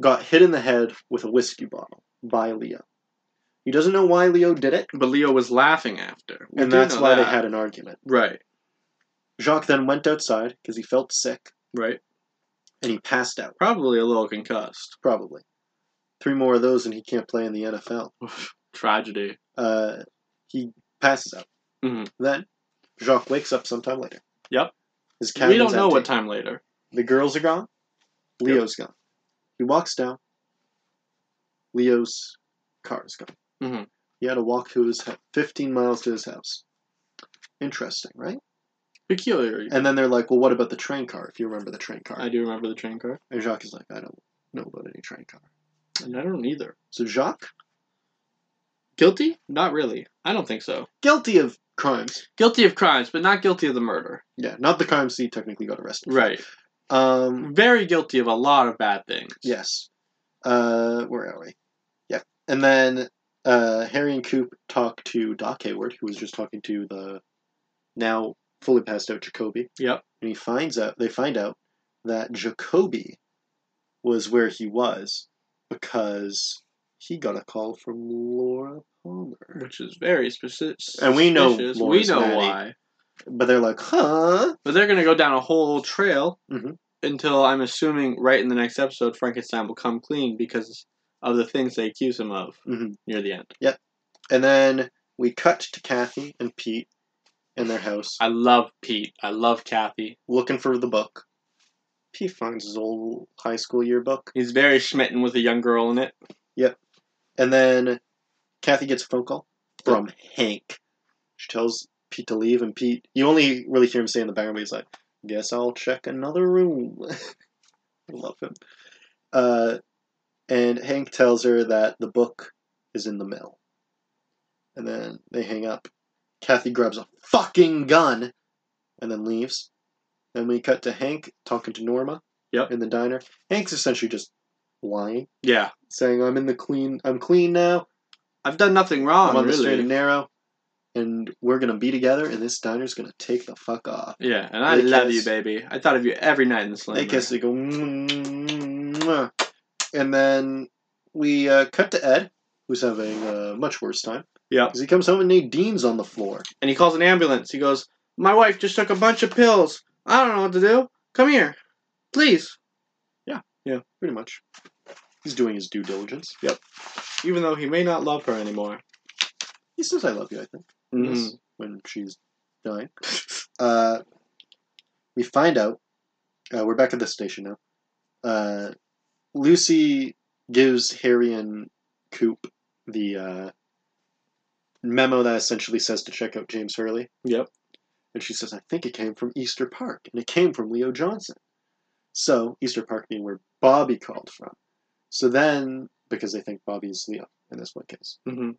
[SPEAKER 2] got hit in the head with a whiskey bottle by Leo. He doesn't know why Leo did it,
[SPEAKER 1] But Leo was laughing after. We
[SPEAKER 2] and
[SPEAKER 1] do
[SPEAKER 2] that's
[SPEAKER 1] know
[SPEAKER 2] why they
[SPEAKER 1] that.
[SPEAKER 2] had an argument.
[SPEAKER 1] Right.
[SPEAKER 2] Jacques then went outside because he felt sick
[SPEAKER 1] Right.
[SPEAKER 2] and he passed out,
[SPEAKER 1] Probably a little concussed.
[SPEAKER 2] probably. Three more of those and he can't play in the NFL.
[SPEAKER 1] Tragedy.
[SPEAKER 2] Uh, he passes out.
[SPEAKER 1] Mhm.
[SPEAKER 2] Then Jacques wakes up sometime later.
[SPEAKER 1] Yep.
[SPEAKER 2] His cabin's
[SPEAKER 1] We don't know
[SPEAKER 2] empty.
[SPEAKER 1] what time later.
[SPEAKER 2] The girls are gone. Leo's gone. He walks down. Leo's car is gone.
[SPEAKER 1] Mhm.
[SPEAKER 2] He had to walk to his hou- 15 miles to his house. Interesting, right?
[SPEAKER 1] Peculiar.
[SPEAKER 2] And then they're like, well, what about the train car, if you remember the train car?
[SPEAKER 1] I do remember the train car.
[SPEAKER 2] And Jacques is like, I don't know about any train car.
[SPEAKER 1] And I don't either.
[SPEAKER 2] So Jacques,
[SPEAKER 1] Guilty? Not really. I don't think so.
[SPEAKER 2] guilty of crimes.
[SPEAKER 1] Guilty of crimes, but not guilty of the murder.
[SPEAKER 2] Yeah, not the crimes he technically got arrested. for.
[SPEAKER 1] Right.
[SPEAKER 2] Um.
[SPEAKER 1] Very guilty of a lot of bad things.
[SPEAKER 2] Yes. Uh, where are we? Yeah. And then uh, Harry and Coop talk to Doc Hayward, who was just talking to the now fully passed out Jacoby,
[SPEAKER 1] Yep.
[SPEAKER 2] and he finds out they find out that Jacoby was where he was because he got a call from Laura Palmer.
[SPEAKER 1] Which is very specific.
[SPEAKER 2] And we know
[SPEAKER 1] we
[SPEAKER 2] Laura's
[SPEAKER 1] know
[SPEAKER 2] natty.
[SPEAKER 1] why.
[SPEAKER 2] But they're like, huh?
[SPEAKER 1] But they're going to go down a whole trail
[SPEAKER 2] Mhm.
[SPEAKER 1] until I'm assuming right in the next episode, Frankenstein will come clean because of the things they accuse him of
[SPEAKER 2] Mhm.
[SPEAKER 1] near the end.
[SPEAKER 2] And then we cut to Kathy and Pete in their house.
[SPEAKER 1] I love Pete. I love Kathy.
[SPEAKER 2] looking for the book. He finds his old high school yearbook.
[SPEAKER 1] He's very smitten with a young girl in it.
[SPEAKER 2] And then Kathy gets a phone call from Hank. She tells Pete to leave, and Pete, you only really hear him say in the background, but he's like, Guess I'll check another room. I love him. Uh, and Hank tells her that the book is in the mill. And then they hang up. Kathy grabs a fucking gun and then leaves. Then we cut to Hank talking to Norma
[SPEAKER 1] Yep.
[SPEAKER 2] in the diner. Hank's essentially just lying,
[SPEAKER 1] Yeah.
[SPEAKER 2] saying, I'm in the clean, I'm clean now.
[SPEAKER 1] I've done nothing wrong,
[SPEAKER 2] I'm on the straight
[SPEAKER 1] really.
[SPEAKER 2] and narrow, and we're gonna be together, and this diner's gonna take the fuck off.
[SPEAKER 1] Yeah, and I
[SPEAKER 2] They
[SPEAKER 1] love
[SPEAKER 2] kiss.
[SPEAKER 1] you, baby. I thought of you every night in the slammer.
[SPEAKER 2] They kiss, they go, "Mwah." and then we uh, cut to Ed, who's having a much worse time.
[SPEAKER 1] Yeah.
[SPEAKER 2] because he comes home and Nadine's on the floor.
[SPEAKER 1] And he calls an ambulance. He goes, My wife just took a bunch of pills. I don't know what to do. Come here. Please.
[SPEAKER 2] Pretty much, he's doing his due diligence. Yep,
[SPEAKER 1] Even though he may not love her anymore.
[SPEAKER 2] he says, "I love you." I think
[SPEAKER 1] Mhm.
[SPEAKER 2] when she's dying, uh, we find out. Uh, we're back at the station now. Uh, Lucy gives Harry and Coop the uh, memo that essentially says to check out James Hurley.
[SPEAKER 1] Yep.
[SPEAKER 2] And she says, I think it came from Easter Park, and it came from Leo Johnson. So, Easter Park being where Bobby called from. So then, because they think Bobby is Leo in this one case.
[SPEAKER 1] Mhm.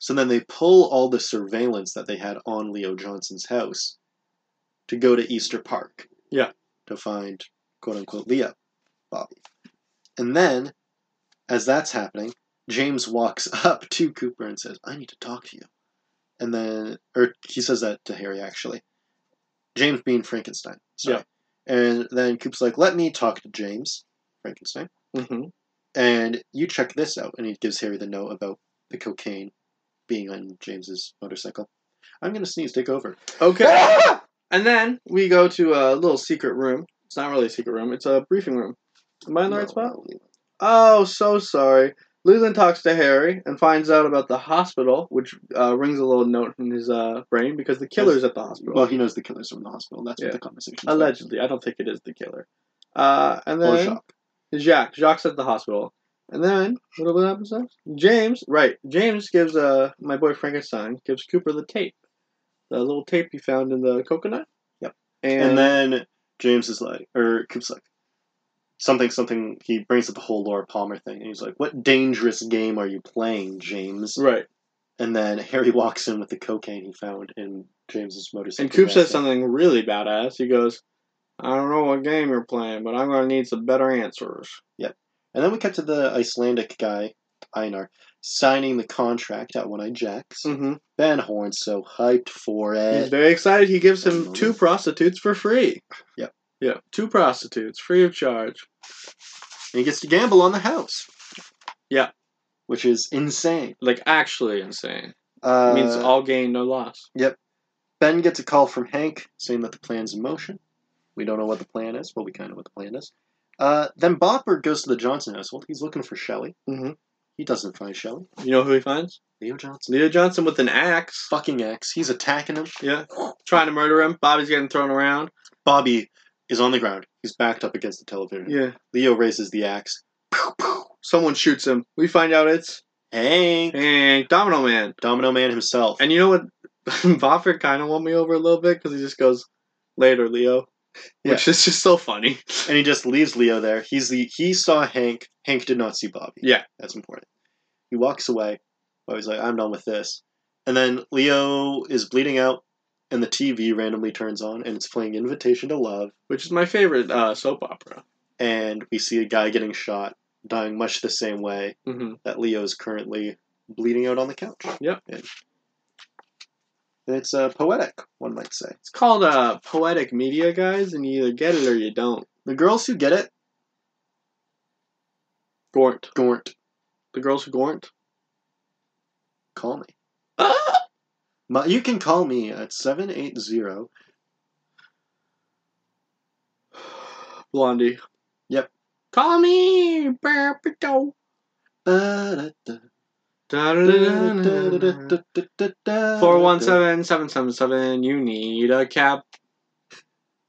[SPEAKER 2] So then they pull all the surveillance that they had on Leo Johnson's house to go to Easter Park
[SPEAKER 1] Yeah.
[SPEAKER 2] To find quote unquote Leah, Bobby. And then, as that's happening, James walks up to Cooper and says, I need to talk to you. And then, or he says that to Harry actually. James being Frankenstein. Sorry. And then Coop's like, let me talk to James, Frankenstein
[SPEAKER 1] Mm-hmm.
[SPEAKER 2] and you check this out. And he gives Harry the note about the cocaine being on James's motorcycle. I'm gonna sneeze. Take over.
[SPEAKER 1] Okay. and then we go to a little secret room. It's not really a secret room. It's a briefing room. Am I in the right spot? Oh, so sorry. Leland talks to Harry and finds out about the hospital, which uh, rings a little note in his uh, brain because the killer's at the hospital.
[SPEAKER 2] Well, he knows the killer's from the hospital. That's
[SPEAKER 1] Yeah.
[SPEAKER 2] what the conversation. is about.
[SPEAKER 1] Allegedly. I don't think it is the killer. Uh, and
[SPEAKER 2] Or
[SPEAKER 1] then
[SPEAKER 2] Jacques.
[SPEAKER 1] Jacques. Jacques at the hospital. And then, what what happens next? James, right. James gives uh, my boy Frankenstein, gives Cooper the tape. The little tape he found in the coconut.
[SPEAKER 2] Yep.
[SPEAKER 1] And,
[SPEAKER 2] And then James is like, or Coop's like, something, something. He brings up the whole Laura Palmer thing, and he's like, "What dangerous game are you playing, James?"
[SPEAKER 1] Right.
[SPEAKER 2] And then Harry walks in with the cocaine he found in James's motorcycle.
[SPEAKER 1] And Coop says
[SPEAKER 2] basket.
[SPEAKER 1] something really badass. He goes, I don't know what game you're playing, but I'm going to need some better answers.
[SPEAKER 2] And then we cut to the Icelandic guy, Einar, signing the contract at One Eye Jack's.
[SPEAKER 1] Mm-hmm.
[SPEAKER 2] Ben Horn's so hyped for it.
[SPEAKER 1] He's very excited. He gives him
[SPEAKER 2] Mhm.
[SPEAKER 1] two prostitutes for free.
[SPEAKER 2] Yep.
[SPEAKER 1] Yeah. Two prostitutes, free of charge.
[SPEAKER 2] and he gets to gamble on the house.
[SPEAKER 1] Yeah.
[SPEAKER 2] Which is insane.
[SPEAKER 1] Like, actually insane.
[SPEAKER 2] Uh,
[SPEAKER 1] means all gain, no loss.
[SPEAKER 2] ben gets a call from Hank saying that the plan's in motion. We don't know what the plan is, but we kind of know what the plan is. Uh, then Bopper goes to the Johnson household. He's looking for Shelley.
[SPEAKER 1] Mhm.
[SPEAKER 2] He doesn't find Shelley.
[SPEAKER 1] You know who he finds?
[SPEAKER 2] Leo Johnson.
[SPEAKER 1] Leo Johnson with an axe.
[SPEAKER 2] Fucking X. He's attacking him.
[SPEAKER 1] Yeah. Trying to murder him. Bobby's getting thrown around.
[SPEAKER 2] Bobby is on the ground. He's backed up against the television.
[SPEAKER 1] Yeah.
[SPEAKER 2] Leo raises the axe. Pew, pew.
[SPEAKER 1] Someone shoots him. We find out it's
[SPEAKER 2] Hank.
[SPEAKER 1] Hank Domino Man.
[SPEAKER 2] Domino Man himself.
[SPEAKER 1] And you know what? Boffer kind of won me over a little bit because he just goes, later, Leo. Which is just so funny.
[SPEAKER 2] and he just leaves Leo there. He's the he saw Hank. Hank did not see Bobby.
[SPEAKER 1] Yeah.
[SPEAKER 2] that's important. He walks away. Bobby's like, "I'm done with this," and then Leo is bleeding out, and the TV randomly turns on, and it's playing "Invitation to Love,"
[SPEAKER 1] Which is my favorite uh, soap opera.
[SPEAKER 2] and we see a guy getting shot, dying much the same way
[SPEAKER 1] hmm
[SPEAKER 2] that Leo is currently bleeding out on the couch.
[SPEAKER 1] Yep.
[SPEAKER 2] And, and it's uh, poetic, one might say.
[SPEAKER 1] It's called uh, poetic media, guys, and you either get it or you don't.
[SPEAKER 2] The girls who get it,
[SPEAKER 1] Gort.
[SPEAKER 2] Gort,
[SPEAKER 1] The girls who Gort.
[SPEAKER 2] call me. My, you can call me at 780
[SPEAKER 1] Blondie.
[SPEAKER 2] Yep.
[SPEAKER 1] Call me, Burpito. Four one
[SPEAKER 2] 417.
[SPEAKER 1] seven seven seven seven. You need a cab.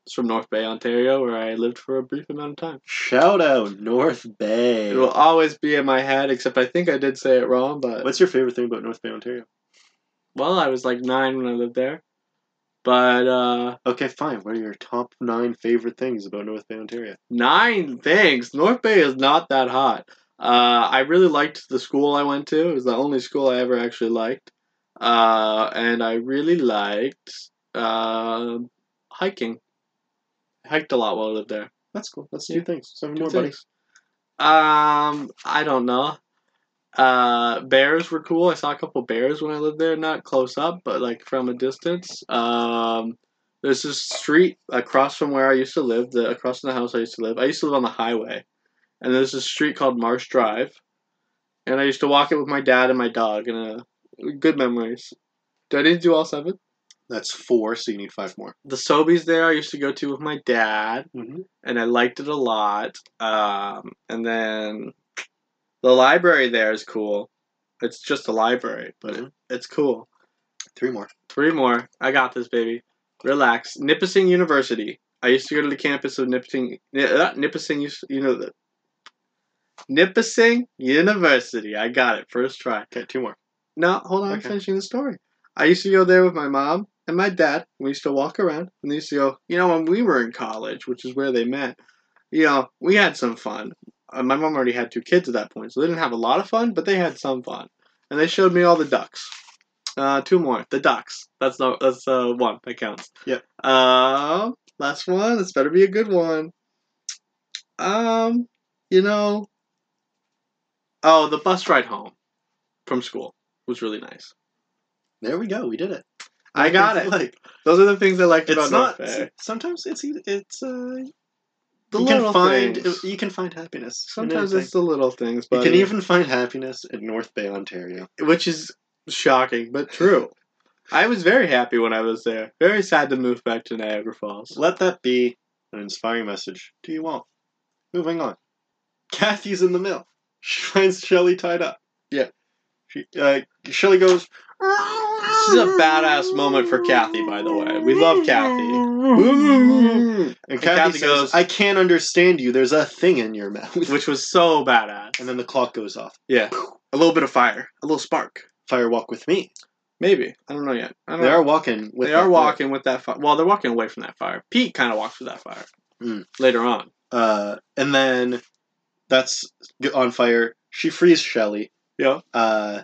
[SPEAKER 1] It's from North Bay, Ontario, where I lived for a brief amount of time.
[SPEAKER 2] Shout out North Bay.
[SPEAKER 1] It will always be in my head, except I think I did say it wrong. But
[SPEAKER 2] What's your favorite thing about North Bay, Ontario?
[SPEAKER 1] well, I was like nine when I lived there. But uh
[SPEAKER 2] Okay, fine. What are your top nine favorite things about North Bay, Ontario?
[SPEAKER 1] Nine things. North Bay is not that hot. Uh, I really liked the school I went to. It was the only school I ever actually liked. Uh, and I really liked uh, hiking. I hiked a lot while I lived there.
[SPEAKER 2] That's cool. That's
[SPEAKER 1] Yeah.
[SPEAKER 2] two things. Seven
[SPEAKER 1] Two
[SPEAKER 2] more, buddy.
[SPEAKER 1] things. Um, I don't know. Uh, bears were cool. I saw a couple bears when I lived there. Not close up, but like from a distance. Um, there's this street across from where I used to live. The across from the house I used to live. I used to live on the highway, and there's this street called Marsh Drive, and I used to walk it with my dad and my dog. And uh, good memories. Did I didn't do all seven?
[SPEAKER 2] That's four, so you need five more.
[SPEAKER 1] The Sobeys there I used to go to with my dad
[SPEAKER 2] Mm-hmm.
[SPEAKER 1] and I liked it a lot. Um, and then the library there is cool. It's just a library, but it, it's cool.
[SPEAKER 2] Three more.
[SPEAKER 1] Three more. I got this, baby. Relax. Nipissing University. I used to go to the campus of Nipissing. Ni- uh, Nipissing, Us- you know the. Nipissing University. I got it. First try.
[SPEAKER 2] Okay, two more.
[SPEAKER 1] No, hold on. I'm
[SPEAKER 2] Okay.
[SPEAKER 1] finishing the story. I used to go there with my mom and my dad. We used to walk around and they used to go, you know, when we were in college, which is where they met, you know, we had some fun. Uh, my mom already had two kids at that point, so they didn't have a lot of fun, but they had some fun. And they showed me all the ducks. Uh, two more. The ducks. That's not. That's uh, one. That counts.
[SPEAKER 2] Yep.
[SPEAKER 1] Um, Last one. This better be a good one. Um, you know. Oh, the bus ride home from school was really nice.
[SPEAKER 2] There we go. We did it.
[SPEAKER 1] I got it.
[SPEAKER 2] Like
[SPEAKER 1] Those are the things I liked
[SPEAKER 2] it's
[SPEAKER 1] about
[SPEAKER 2] not.
[SPEAKER 1] North Bay.
[SPEAKER 2] Sometimes it's e- it's uh,
[SPEAKER 1] The
[SPEAKER 2] you can
[SPEAKER 1] little
[SPEAKER 2] find
[SPEAKER 1] things.
[SPEAKER 2] you can find happiness. in
[SPEAKER 1] Sometimes
[SPEAKER 2] anything.
[SPEAKER 1] it's the little things,
[SPEAKER 2] you
[SPEAKER 1] but uh,
[SPEAKER 2] can even find happiness in North Bay, Ontario.
[SPEAKER 1] which is shocking but true. I was very happy when I was there. Very sad to move back to Niagara Falls.
[SPEAKER 2] Let that be an inspiring message to you all. Moving on. Kathy's in the mill. She finds Shelly tied up.
[SPEAKER 1] Yeah.
[SPEAKER 2] She, uh, Shelly goes.
[SPEAKER 1] This is a badass moment for Kathy, by the way. We love Kathy.
[SPEAKER 2] And, Kathy,
[SPEAKER 1] Kathy
[SPEAKER 2] says,
[SPEAKER 1] goes-
[SPEAKER 2] I can't understand you. There's a thing in your mouth.
[SPEAKER 1] Which was so badass.
[SPEAKER 2] and then the clock goes off.
[SPEAKER 1] Yeah. A little bit of fire. A little spark.
[SPEAKER 2] Fire walk with me.
[SPEAKER 1] Maybe. I don't know yet. I don't
[SPEAKER 2] They
[SPEAKER 1] know.
[SPEAKER 2] are walking. With
[SPEAKER 1] Oh. they are
[SPEAKER 2] that
[SPEAKER 1] walking with that fire. Well, they're walking away from that fire. Pete kind of walked through that fire
[SPEAKER 2] Mm.
[SPEAKER 1] later on.
[SPEAKER 2] fire. Uh, and then that's on fire. She frees Shelly.
[SPEAKER 1] Yeah.
[SPEAKER 2] Uh,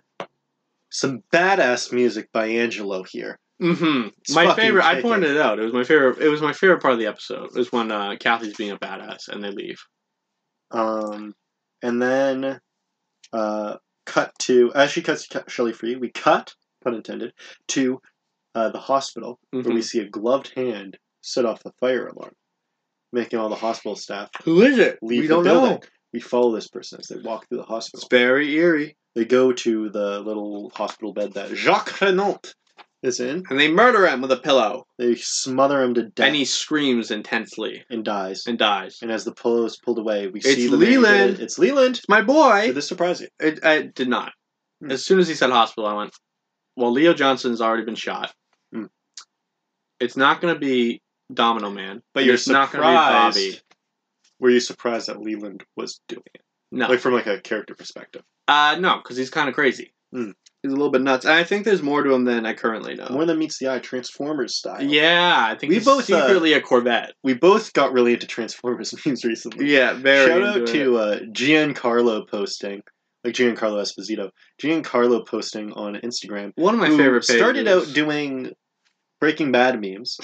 [SPEAKER 2] some badass music by Angelo here.
[SPEAKER 1] hmm
[SPEAKER 2] It's
[SPEAKER 1] my
[SPEAKER 2] fucking
[SPEAKER 1] favorite. I
[SPEAKER 2] kicking.
[SPEAKER 1] pointed it out. It was my favorite. It was my favorite part of the episode. Is when uh, Kathy's being a badass and they leave.
[SPEAKER 2] Um, and then uh, cut to as she cuts Ke- Shelley free. We cut, pun intended, to uh, the hospital where we
[SPEAKER 1] Mhm.
[SPEAKER 2] see a gloved hand set off the fire alarm, making all the hospital staff
[SPEAKER 1] Who is it?
[SPEAKER 2] leave
[SPEAKER 1] we
[SPEAKER 2] the
[SPEAKER 1] don't
[SPEAKER 2] building.
[SPEAKER 1] know.
[SPEAKER 2] We follow this person as they walk through the
[SPEAKER 1] It's
[SPEAKER 2] hospital.
[SPEAKER 1] very eerie.
[SPEAKER 2] They go to the little hospital bed that Jacques Renault is in.
[SPEAKER 1] And they murder him with a pillow.
[SPEAKER 2] They smother him to death
[SPEAKER 1] And he screams intensely
[SPEAKER 2] and dies.
[SPEAKER 1] and dies.
[SPEAKER 2] And as the pillow is pulled away, we
[SPEAKER 1] It's
[SPEAKER 2] see the
[SPEAKER 1] Leland.
[SPEAKER 2] manipulated- It's Leland.
[SPEAKER 1] It's my boy.
[SPEAKER 2] Did this surprise you?
[SPEAKER 1] It, I did not.
[SPEAKER 2] Hmm.
[SPEAKER 1] As soon as he said hospital, I went, well, Leo Johnson's already been shot.
[SPEAKER 2] Hmm.
[SPEAKER 1] It's not going to be Domino Man.
[SPEAKER 2] But
[SPEAKER 1] and
[SPEAKER 2] you're
[SPEAKER 1] it's not
[SPEAKER 2] surprised.
[SPEAKER 1] going to be Bobby.
[SPEAKER 2] Were you surprised that Leland was doing it?
[SPEAKER 1] No.
[SPEAKER 2] Like from like a character perspective.
[SPEAKER 1] uh, no, because he's kind of crazy.
[SPEAKER 2] Hmm.
[SPEAKER 1] He's a little bit nuts. And I think there's more to him than I currently know.
[SPEAKER 2] More than meets the eye, Transformers style.
[SPEAKER 1] yeah, I think
[SPEAKER 2] We
[SPEAKER 1] he's
[SPEAKER 2] both, uh,
[SPEAKER 1] secretly a Corvette.
[SPEAKER 2] We both got really into Transformers memes recently.
[SPEAKER 1] Yeah, very.
[SPEAKER 2] Shout out
[SPEAKER 1] into it.
[SPEAKER 2] to uh, Giancarlo posting, like Giancarlo Esposito. Giancarlo posting on Instagram.
[SPEAKER 1] one of my
[SPEAKER 2] who
[SPEAKER 1] favorite pages.
[SPEAKER 2] Started out doing Breaking Bad memes.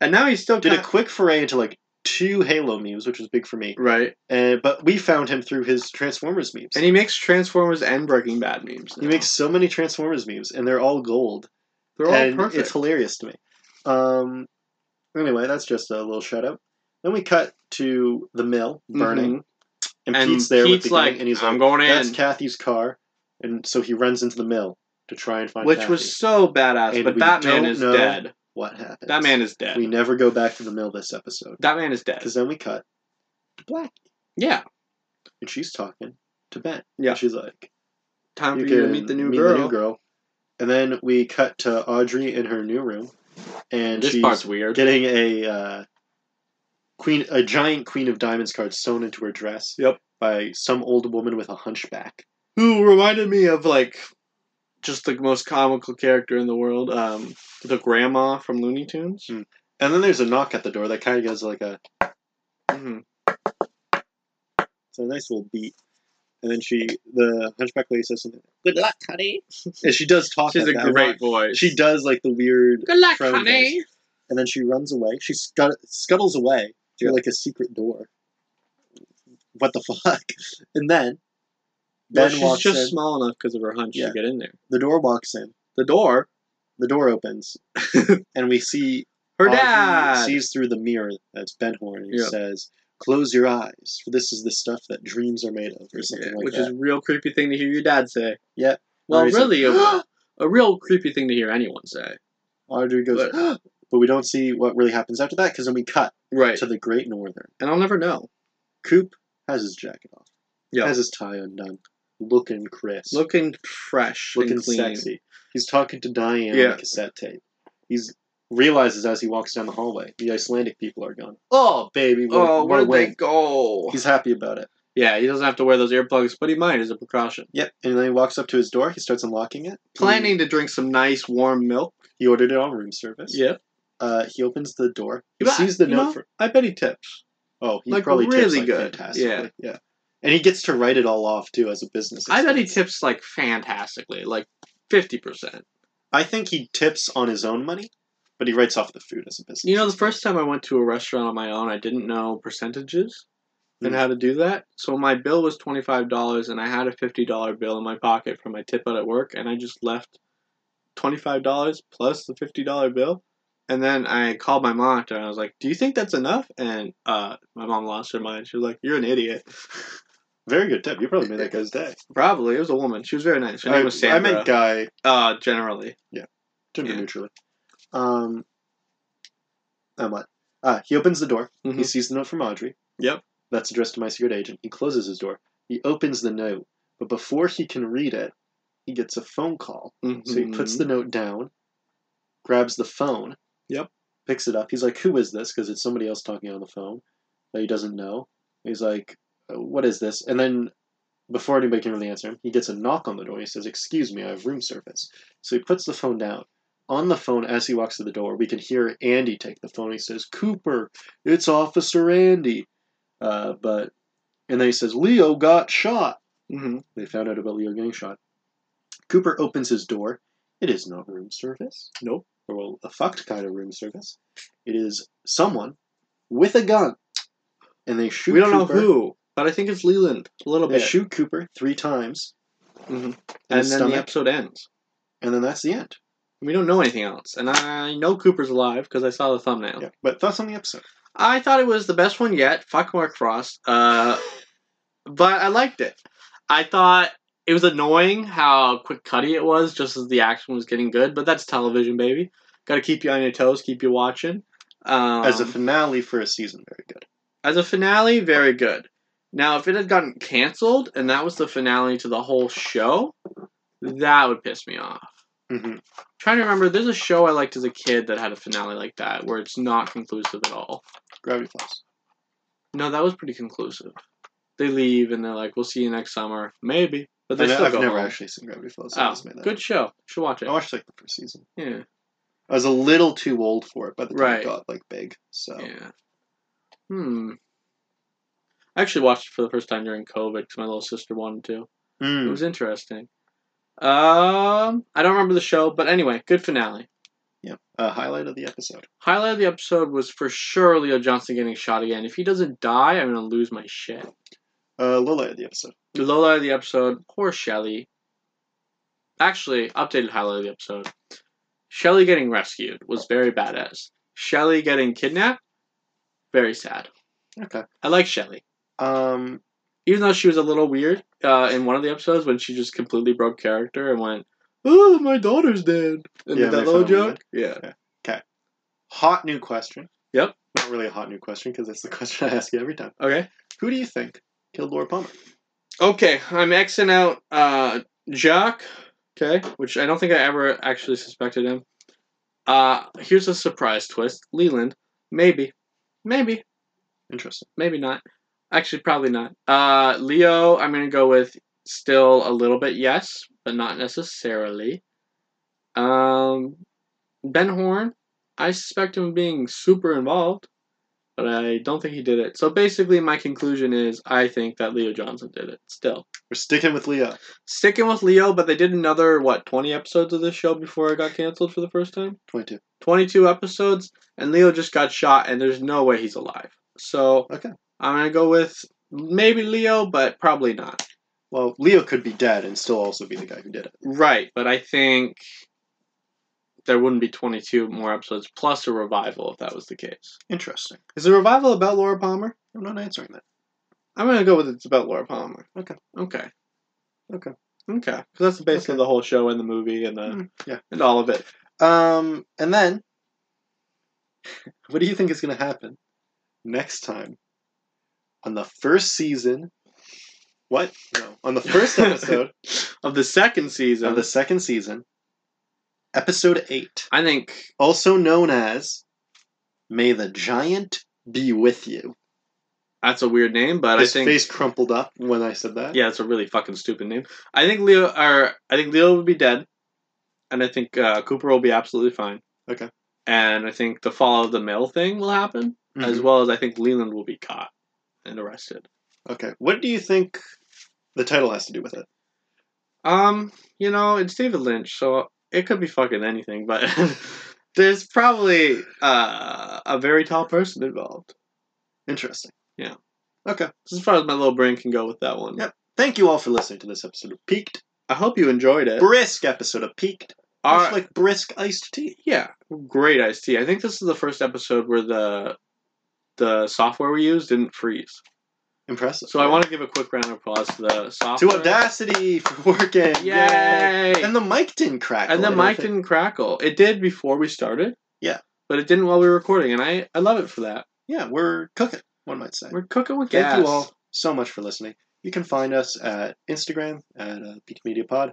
[SPEAKER 1] and now he's still
[SPEAKER 2] Did a
[SPEAKER 1] kind-
[SPEAKER 2] quick foray into like two Halo memes, which was big for me.
[SPEAKER 1] right,
[SPEAKER 2] And but we found him through his Transformers memes.
[SPEAKER 1] and he makes Transformers and Breaking Bad memes.
[SPEAKER 2] he
[SPEAKER 1] now.
[SPEAKER 2] makes so many Transformers memes, and they're all gold.
[SPEAKER 1] they're all
[SPEAKER 2] and
[SPEAKER 1] perfect.
[SPEAKER 2] it's hilarious to me. Um, anyway, that's just a little shout out. Then we cut to the mill burning,
[SPEAKER 1] Mhm.
[SPEAKER 2] and,
[SPEAKER 1] And
[SPEAKER 2] Pete's there
[SPEAKER 1] Pete's
[SPEAKER 2] with the
[SPEAKER 1] like,
[SPEAKER 2] gang, and he's
[SPEAKER 1] "I'm
[SPEAKER 2] like,
[SPEAKER 1] going
[SPEAKER 2] "That's
[SPEAKER 1] in."
[SPEAKER 2] Kathy's car," and so he runs into the mill to try and find
[SPEAKER 1] which
[SPEAKER 2] Kathy.
[SPEAKER 1] was so badass.
[SPEAKER 2] And
[SPEAKER 1] but
[SPEAKER 2] we
[SPEAKER 1] that man
[SPEAKER 2] don't
[SPEAKER 1] is
[SPEAKER 2] know
[SPEAKER 1] dead.
[SPEAKER 2] what happened.
[SPEAKER 1] That man is dead.
[SPEAKER 2] We never go back to the mill this episode
[SPEAKER 1] that man is dead.
[SPEAKER 2] because then we cut to Black,
[SPEAKER 1] Yeah,
[SPEAKER 2] and she's talking to Ben.
[SPEAKER 1] Yeah.
[SPEAKER 2] and she's like,
[SPEAKER 1] time
[SPEAKER 2] "You
[SPEAKER 1] for you to
[SPEAKER 2] can
[SPEAKER 1] meet the new girl.
[SPEAKER 2] And then we cut to Audrey in her new room, and
[SPEAKER 1] this
[SPEAKER 2] she's
[SPEAKER 1] part's weird.
[SPEAKER 2] getting a uh, queen, a giant queen of diamonds card sewn into her dress.
[SPEAKER 1] Yep.
[SPEAKER 2] By some old woman with a hunchback.
[SPEAKER 1] Who reminded me of like just the most comical character in the world, um, the grandma from Looney Tunes.
[SPEAKER 2] Mm. And then there's a knock at the door that kind of goes like a,
[SPEAKER 1] Mhm.
[SPEAKER 2] it's a nice little beat. And then she, the hunchback lady says something. Good luck, honey. And she does talk.
[SPEAKER 1] She has
[SPEAKER 2] like
[SPEAKER 1] a
[SPEAKER 2] that
[SPEAKER 1] great
[SPEAKER 2] lot.
[SPEAKER 1] voice.
[SPEAKER 2] She does like the weird.
[SPEAKER 1] Good luck,
[SPEAKER 2] Frown
[SPEAKER 1] honey.
[SPEAKER 2] And then she runs away. She scud- scuttles away through
[SPEAKER 1] Yeah.
[SPEAKER 2] like a secret door. What the fuck? And then Ben
[SPEAKER 1] Well, she's
[SPEAKER 2] walks
[SPEAKER 1] just
[SPEAKER 2] in.
[SPEAKER 1] small enough because of her hunch
[SPEAKER 2] Yeah.
[SPEAKER 1] to get in there.
[SPEAKER 2] the door walks in.
[SPEAKER 1] The door,
[SPEAKER 2] The door opens, and we see
[SPEAKER 1] her
[SPEAKER 2] Audrey
[SPEAKER 1] dad.
[SPEAKER 2] sees through the mirror that's Ben Horn and he
[SPEAKER 1] Yeah.
[SPEAKER 2] says, "Close your eyes, for this is the stuff that dreams are made of," or something
[SPEAKER 1] Yeah,
[SPEAKER 2] like
[SPEAKER 1] which
[SPEAKER 2] that.
[SPEAKER 1] is a real creepy thing to hear your dad say.
[SPEAKER 2] Yeah.
[SPEAKER 1] Well,
[SPEAKER 2] Audrey's
[SPEAKER 1] really,
[SPEAKER 2] like,
[SPEAKER 1] a, a real creepy thing to hear anyone say.
[SPEAKER 2] Audrey goes, but, we don't see what really happens after that because then we cut
[SPEAKER 1] Right.
[SPEAKER 2] to the Great Northern.
[SPEAKER 1] And I'll never know.
[SPEAKER 2] Coop has his jacket off,
[SPEAKER 1] Yeah.
[SPEAKER 2] has his tie undone, looking crisp,
[SPEAKER 1] Looking fresh, and
[SPEAKER 2] looking
[SPEAKER 1] clean.
[SPEAKER 2] sexy. He's talking to Diane on
[SPEAKER 1] Yeah.
[SPEAKER 2] a cassette tape. He's realizes as he walks down the hallway, the Icelandic people are gone. Oh, baby, we're,
[SPEAKER 1] Oh,
[SPEAKER 2] we're
[SPEAKER 1] where did they
[SPEAKER 2] winning."
[SPEAKER 1] go?
[SPEAKER 2] He's happy about it.
[SPEAKER 1] Yeah, he doesn't have to wear those earplugs, but he might as a precaution.
[SPEAKER 2] Yep, and then he walks up to his door. He starts unlocking it.
[SPEAKER 1] Planning to drink some nice warm milk.
[SPEAKER 2] He ordered it on room service.
[SPEAKER 1] Yeah.
[SPEAKER 2] Uh, he opens the door. He
[SPEAKER 1] But,
[SPEAKER 2] sees the
[SPEAKER 1] you
[SPEAKER 2] note.
[SPEAKER 1] know,
[SPEAKER 2] for,
[SPEAKER 1] I bet he tips.
[SPEAKER 2] oh, he
[SPEAKER 1] like,
[SPEAKER 2] probably tips,
[SPEAKER 1] really
[SPEAKER 2] like,
[SPEAKER 1] good.
[SPEAKER 2] fantastically.
[SPEAKER 1] Yeah.
[SPEAKER 2] yeah. And he gets to write it all off too as a business.
[SPEAKER 1] I bet he
[SPEAKER 2] expense.
[SPEAKER 1] tips like fantastically, like fifty percent.
[SPEAKER 2] I think he tips on his own money, but he writes off the food as a business.
[SPEAKER 1] You know, the first time I went to a restaurant on my own, I didn't know percentages and
[SPEAKER 2] Mm.
[SPEAKER 1] how to do that. So my bill was twenty five dollars, and I had a fifty dollar bill in my pocket from my tip out at work, and I just left twenty five dollars plus the fifty dollar bill. And then I called my monitor and I was like, "Do you think that's enough?" And uh, my mom lost her mind. She was like, "You're an idiot."
[SPEAKER 2] very good tip. You probably made that guy's day.
[SPEAKER 1] Probably it was a woman. She was very nice. Her
[SPEAKER 2] I,
[SPEAKER 1] name was
[SPEAKER 2] I
[SPEAKER 1] Sandra.
[SPEAKER 2] meant guy
[SPEAKER 1] uh, generally,
[SPEAKER 2] gender
[SPEAKER 1] Yeah.
[SPEAKER 2] neutrally. Um, and what? Ah, he opens the door. He
[SPEAKER 1] Mhm.
[SPEAKER 2] sees the note from Audrey.
[SPEAKER 1] Yep.
[SPEAKER 2] That's addressed to my secret agent. He closes his door. He opens the note, but before he can read it, he gets a phone call. So he puts the note down, grabs the phone.
[SPEAKER 1] Yep.
[SPEAKER 2] Picks it up. He's like, "Who is this?" Because it's somebody else talking on the phone that he doesn't know. He's like, "Uh, "What is this?" And then, before anybody can really answer him, he gets a knock on the door. He says, "Excuse me, I have room service." So he puts the phone down. On the phone, as he walks to the door, we can hear Andy take the phone. He says, "Cooper, it's Officer Andy." Uh, but and then he says, "Leo got shot."
[SPEAKER 1] hmm
[SPEAKER 2] They found out about Leo getting shot. Cooper opens his door. It is not room service.
[SPEAKER 1] Nope.
[SPEAKER 2] Or, well, a fucked kind of room service. It is someone with a gun. And they shoot
[SPEAKER 1] We don't
[SPEAKER 2] Cooper.
[SPEAKER 1] know who, but I think it's Leland a little
[SPEAKER 2] They
[SPEAKER 1] bit.
[SPEAKER 2] shoot Cooper three times.
[SPEAKER 1] Mhm.
[SPEAKER 2] In
[SPEAKER 1] and then
[SPEAKER 2] his
[SPEAKER 1] the
[SPEAKER 2] stomach.
[SPEAKER 1] episode ends.
[SPEAKER 2] And then that's the end.
[SPEAKER 1] We don't know anything else, and I know Cooper's alive because I saw the thumbnail.
[SPEAKER 2] Yeah. But thoughts on the episode?
[SPEAKER 1] I thought it was the best one yet. Fuck Mark Frost. Uh, but I liked it. I thought it was annoying how quick cutty it was just as the action was getting good, but that's television, baby. Gotta keep you on your toes, keep you watching. Um,
[SPEAKER 2] As a finale for a season, very good.
[SPEAKER 1] as a finale, very good. Now, if it had gotten canceled and that was the finale to the whole show, that would piss me off.
[SPEAKER 2] Mm-hmm.
[SPEAKER 1] trying to remember, there's a show I liked as a kid that had a finale like that, where it's not conclusive at all.
[SPEAKER 2] Gravity Falls.
[SPEAKER 1] No, that was pretty conclusive. They leave and they're like, "We'll see you next summer, maybe." But they
[SPEAKER 2] I know-
[SPEAKER 1] still
[SPEAKER 2] I've
[SPEAKER 1] go
[SPEAKER 2] never
[SPEAKER 1] home.
[SPEAKER 2] actually seen Gravity Falls. so I
[SPEAKER 1] Oh,
[SPEAKER 2] just made that
[SPEAKER 1] good show. Should watch
[SPEAKER 2] up.
[SPEAKER 1] it.
[SPEAKER 2] I watched like the first season.
[SPEAKER 1] yeah,
[SPEAKER 2] I was a little too old for it by the time
[SPEAKER 1] Right.
[SPEAKER 2] it got like big. So
[SPEAKER 1] yeah. Hmm. I actually watched it for the first time during COVID because my little sister wanted to.
[SPEAKER 2] Mm.
[SPEAKER 1] It was interesting. Um, I don't remember the show, but anyway, good finale.
[SPEAKER 2] Yeah. Uh, highlight of the episode.
[SPEAKER 1] Highlight of the episode was for sure Leo Johnson getting shot again. If he doesn't die, I'm gonna lose my shit.
[SPEAKER 2] Uh, low light of the episode.
[SPEAKER 1] The low light of the episode, poor Shelly. Actually, updated highlight of the episode. Shelly getting rescued was very badass. Shelly getting kidnapped, very sad.
[SPEAKER 2] Okay.
[SPEAKER 1] I like Shelly.
[SPEAKER 2] Um,
[SPEAKER 1] Even though she was a little weird uh, in one of the episodes when she just completely broke character and went, Oh, my daughter's dead. And
[SPEAKER 2] Yeah,
[SPEAKER 1] did that
[SPEAKER 2] make
[SPEAKER 1] little
[SPEAKER 2] fun of
[SPEAKER 1] joke? Yeah.
[SPEAKER 2] hot new question.
[SPEAKER 1] Yep.
[SPEAKER 2] Not really a hot new question because that's the question I ask you every time.
[SPEAKER 1] Okay.
[SPEAKER 2] Who do you think killed Laura Palmer?
[SPEAKER 1] Okay, I'm Xing out uh, Jacques, okay, which I don't think I ever actually suspected him. Uh, here's a surprise twist Leland, maybe, maybe,
[SPEAKER 2] Interesting.
[SPEAKER 1] maybe not. Actually, probably not. Uh, Leo, I'm going to go with still a little bit yes, but not necessarily. Um, ben Horn, I suspect him of being super involved, but I don't think he did it. So basically, my conclusion is I think that Leo Johnson did it still
[SPEAKER 2] We're sticking with Leah.
[SPEAKER 1] sticking with Leo, but they did another what twenty episodes of this show before it got canceled for the first time.
[SPEAKER 2] Twenty-two.
[SPEAKER 1] Twenty-two episodes, and Leo just got shot, and there's no way he's alive. So
[SPEAKER 2] Okay.
[SPEAKER 1] I'm gonna go with maybe Leo, but probably not.
[SPEAKER 2] Well, Leo could be dead and still also be the guy who did it.
[SPEAKER 1] Right, but I think there wouldn't be twenty-two more episodes plus a revival if that was the case.
[SPEAKER 2] Interesting.
[SPEAKER 1] Is the revival about Laura Palmer?
[SPEAKER 2] I'm not answering that.
[SPEAKER 1] I'm gonna go with it's about Laura Palmer.
[SPEAKER 2] Okay.
[SPEAKER 1] Okay.
[SPEAKER 2] Okay.
[SPEAKER 1] Okay. 'Cause that's basically
[SPEAKER 2] Okay.
[SPEAKER 1] the whole show and the movie and the
[SPEAKER 2] Mm, yeah.
[SPEAKER 1] and all of it.
[SPEAKER 2] Um, and then, what do you think is going to happen next time on the first season? What? No, on the first episode
[SPEAKER 1] of the second season.
[SPEAKER 2] of the second season, episode 8,
[SPEAKER 1] I think
[SPEAKER 2] also known as May the Giant Be With You.
[SPEAKER 1] that's a weird name, but
[SPEAKER 2] His
[SPEAKER 1] I think
[SPEAKER 2] face crumpled up when I said that.
[SPEAKER 1] yeah, it's a really fucking stupid name. I think Leo or I think Leo would be dead, and I think uh, Cooper will be absolutely fine.
[SPEAKER 2] Okay.
[SPEAKER 1] And I think the fall of the mill thing will happen,
[SPEAKER 2] Mhm.
[SPEAKER 1] as well as I think Leland will be caught and arrested.
[SPEAKER 2] Okay. What do you think the title has to do with it?
[SPEAKER 1] Um, you know, it's David Lynch, so it could be fucking anything, but There's probably uh, a very tall person involved.
[SPEAKER 2] Interesting.
[SPEAKER 1] Yeah.
[SPEAKER 2] Okay.
[SPEAKER 1] As far as my little brain can go with that one.
[SPEAKER 2] Yep. Thank you all for listening to this episode of Peaked.
[SPEAKER 1] I hope you enjoyed it.
[SPEAKER 2] Brisk episode of Peaked.
[SPEAKER 1] Our-
[SPEAKER 2] Much like brisk iced tea.
[SPEAKER 1] yeah, great iced tea. I think this is the first episode where the the software we use didn't freeze.
[SPEAKER 2] Impressive.
[SPEAKER 1] So I want to give a quick round of applause to the software.
[SPEAKER 2] to Audacity for working.
[SPEAKER 1] Yay!
[SPEAKER 2] And the mic didn't crack.
[SPEAKER 1] And the mic didn't crackle. It did before we started.
[SPEAKER 2] Yeah.
[SPEAKER 1] But it didn't while we were recording, and I, I love it for that.
[SPEAKER 2] Yeah, we're cooking. One might say.
[SPEAKER 1] We're cooking with
[SPEAKER 2] Thank
[SPEAKER 1] gas.
[SPEAKER 2] you all so much for listening. You can find us at Instagram at uh, Peak Media Pod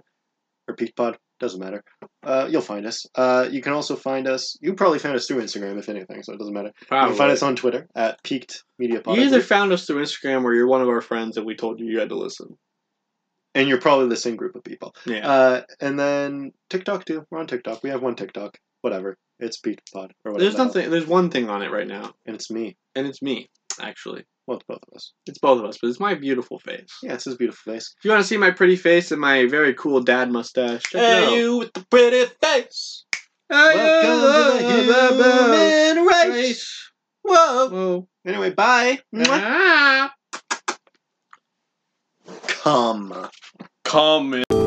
[SPEAKER 2] or Peak Pod. Doesn't matter. Uh, you'll find us. Uh, you can also find us. You probably found us through Instagram, if anything, so it doesn't matter. You
[SPEAKER 1] Probably.
[SPEAKER 2] can find us on Twitter at Peaked Media Pod.
[SPEAKER 1] you
[SPEAKER 2] I
[SPEAKER 1] either
[SPEAKER 2] believe.
[SPEAKER 1] found us through Instagram or you're one of our friends and we told you you had to listen.
[SPEAKER 2] and you're probably the same group of people.
[SPEAKER 1] Yeah.
[SPEAKER 2] Uh, and then TikTok too. We're on TikTok. We have one TikTok. Whatever. It's Peaked Pod or whatever.
[SPEAKER 1] there's
[SPEAKER 2] the hell.
[SPEAKER 1] nothing. There's one thing on it right now,
[SPEAKER 2] And it's me.
[SPEAKER 1] and it's me, actually.
[SPEAKER 2] Well, it's both of us.
[SPEAKER 1] It's both of us, but it's my beautiful face.
[SPEAKER 2] Yeah, it's his beautiful face.
[SPEAKER 1] If you want to see my pretty face and my very cool dad mustache, check it out.
[SPEAKER 2] you with the pretty face.
[SPEAKER 1] I
[SPEAKER 2] Welcome
[SPEAKER 1] love
[SPEAKER 2] to
[SPEAKER 1] the
[SPEAKER 2] the human race.
[SPEAKER 1] race.
[SPEAKER 2] Whoa.
[SPEAKER 1] Whoa.
[SPEAKER 2] Anyway, bye. Mwah.
[SPEAKER 1] Ah.
[SPEAKER 2] Come.
[SPEAKER 1] Come in.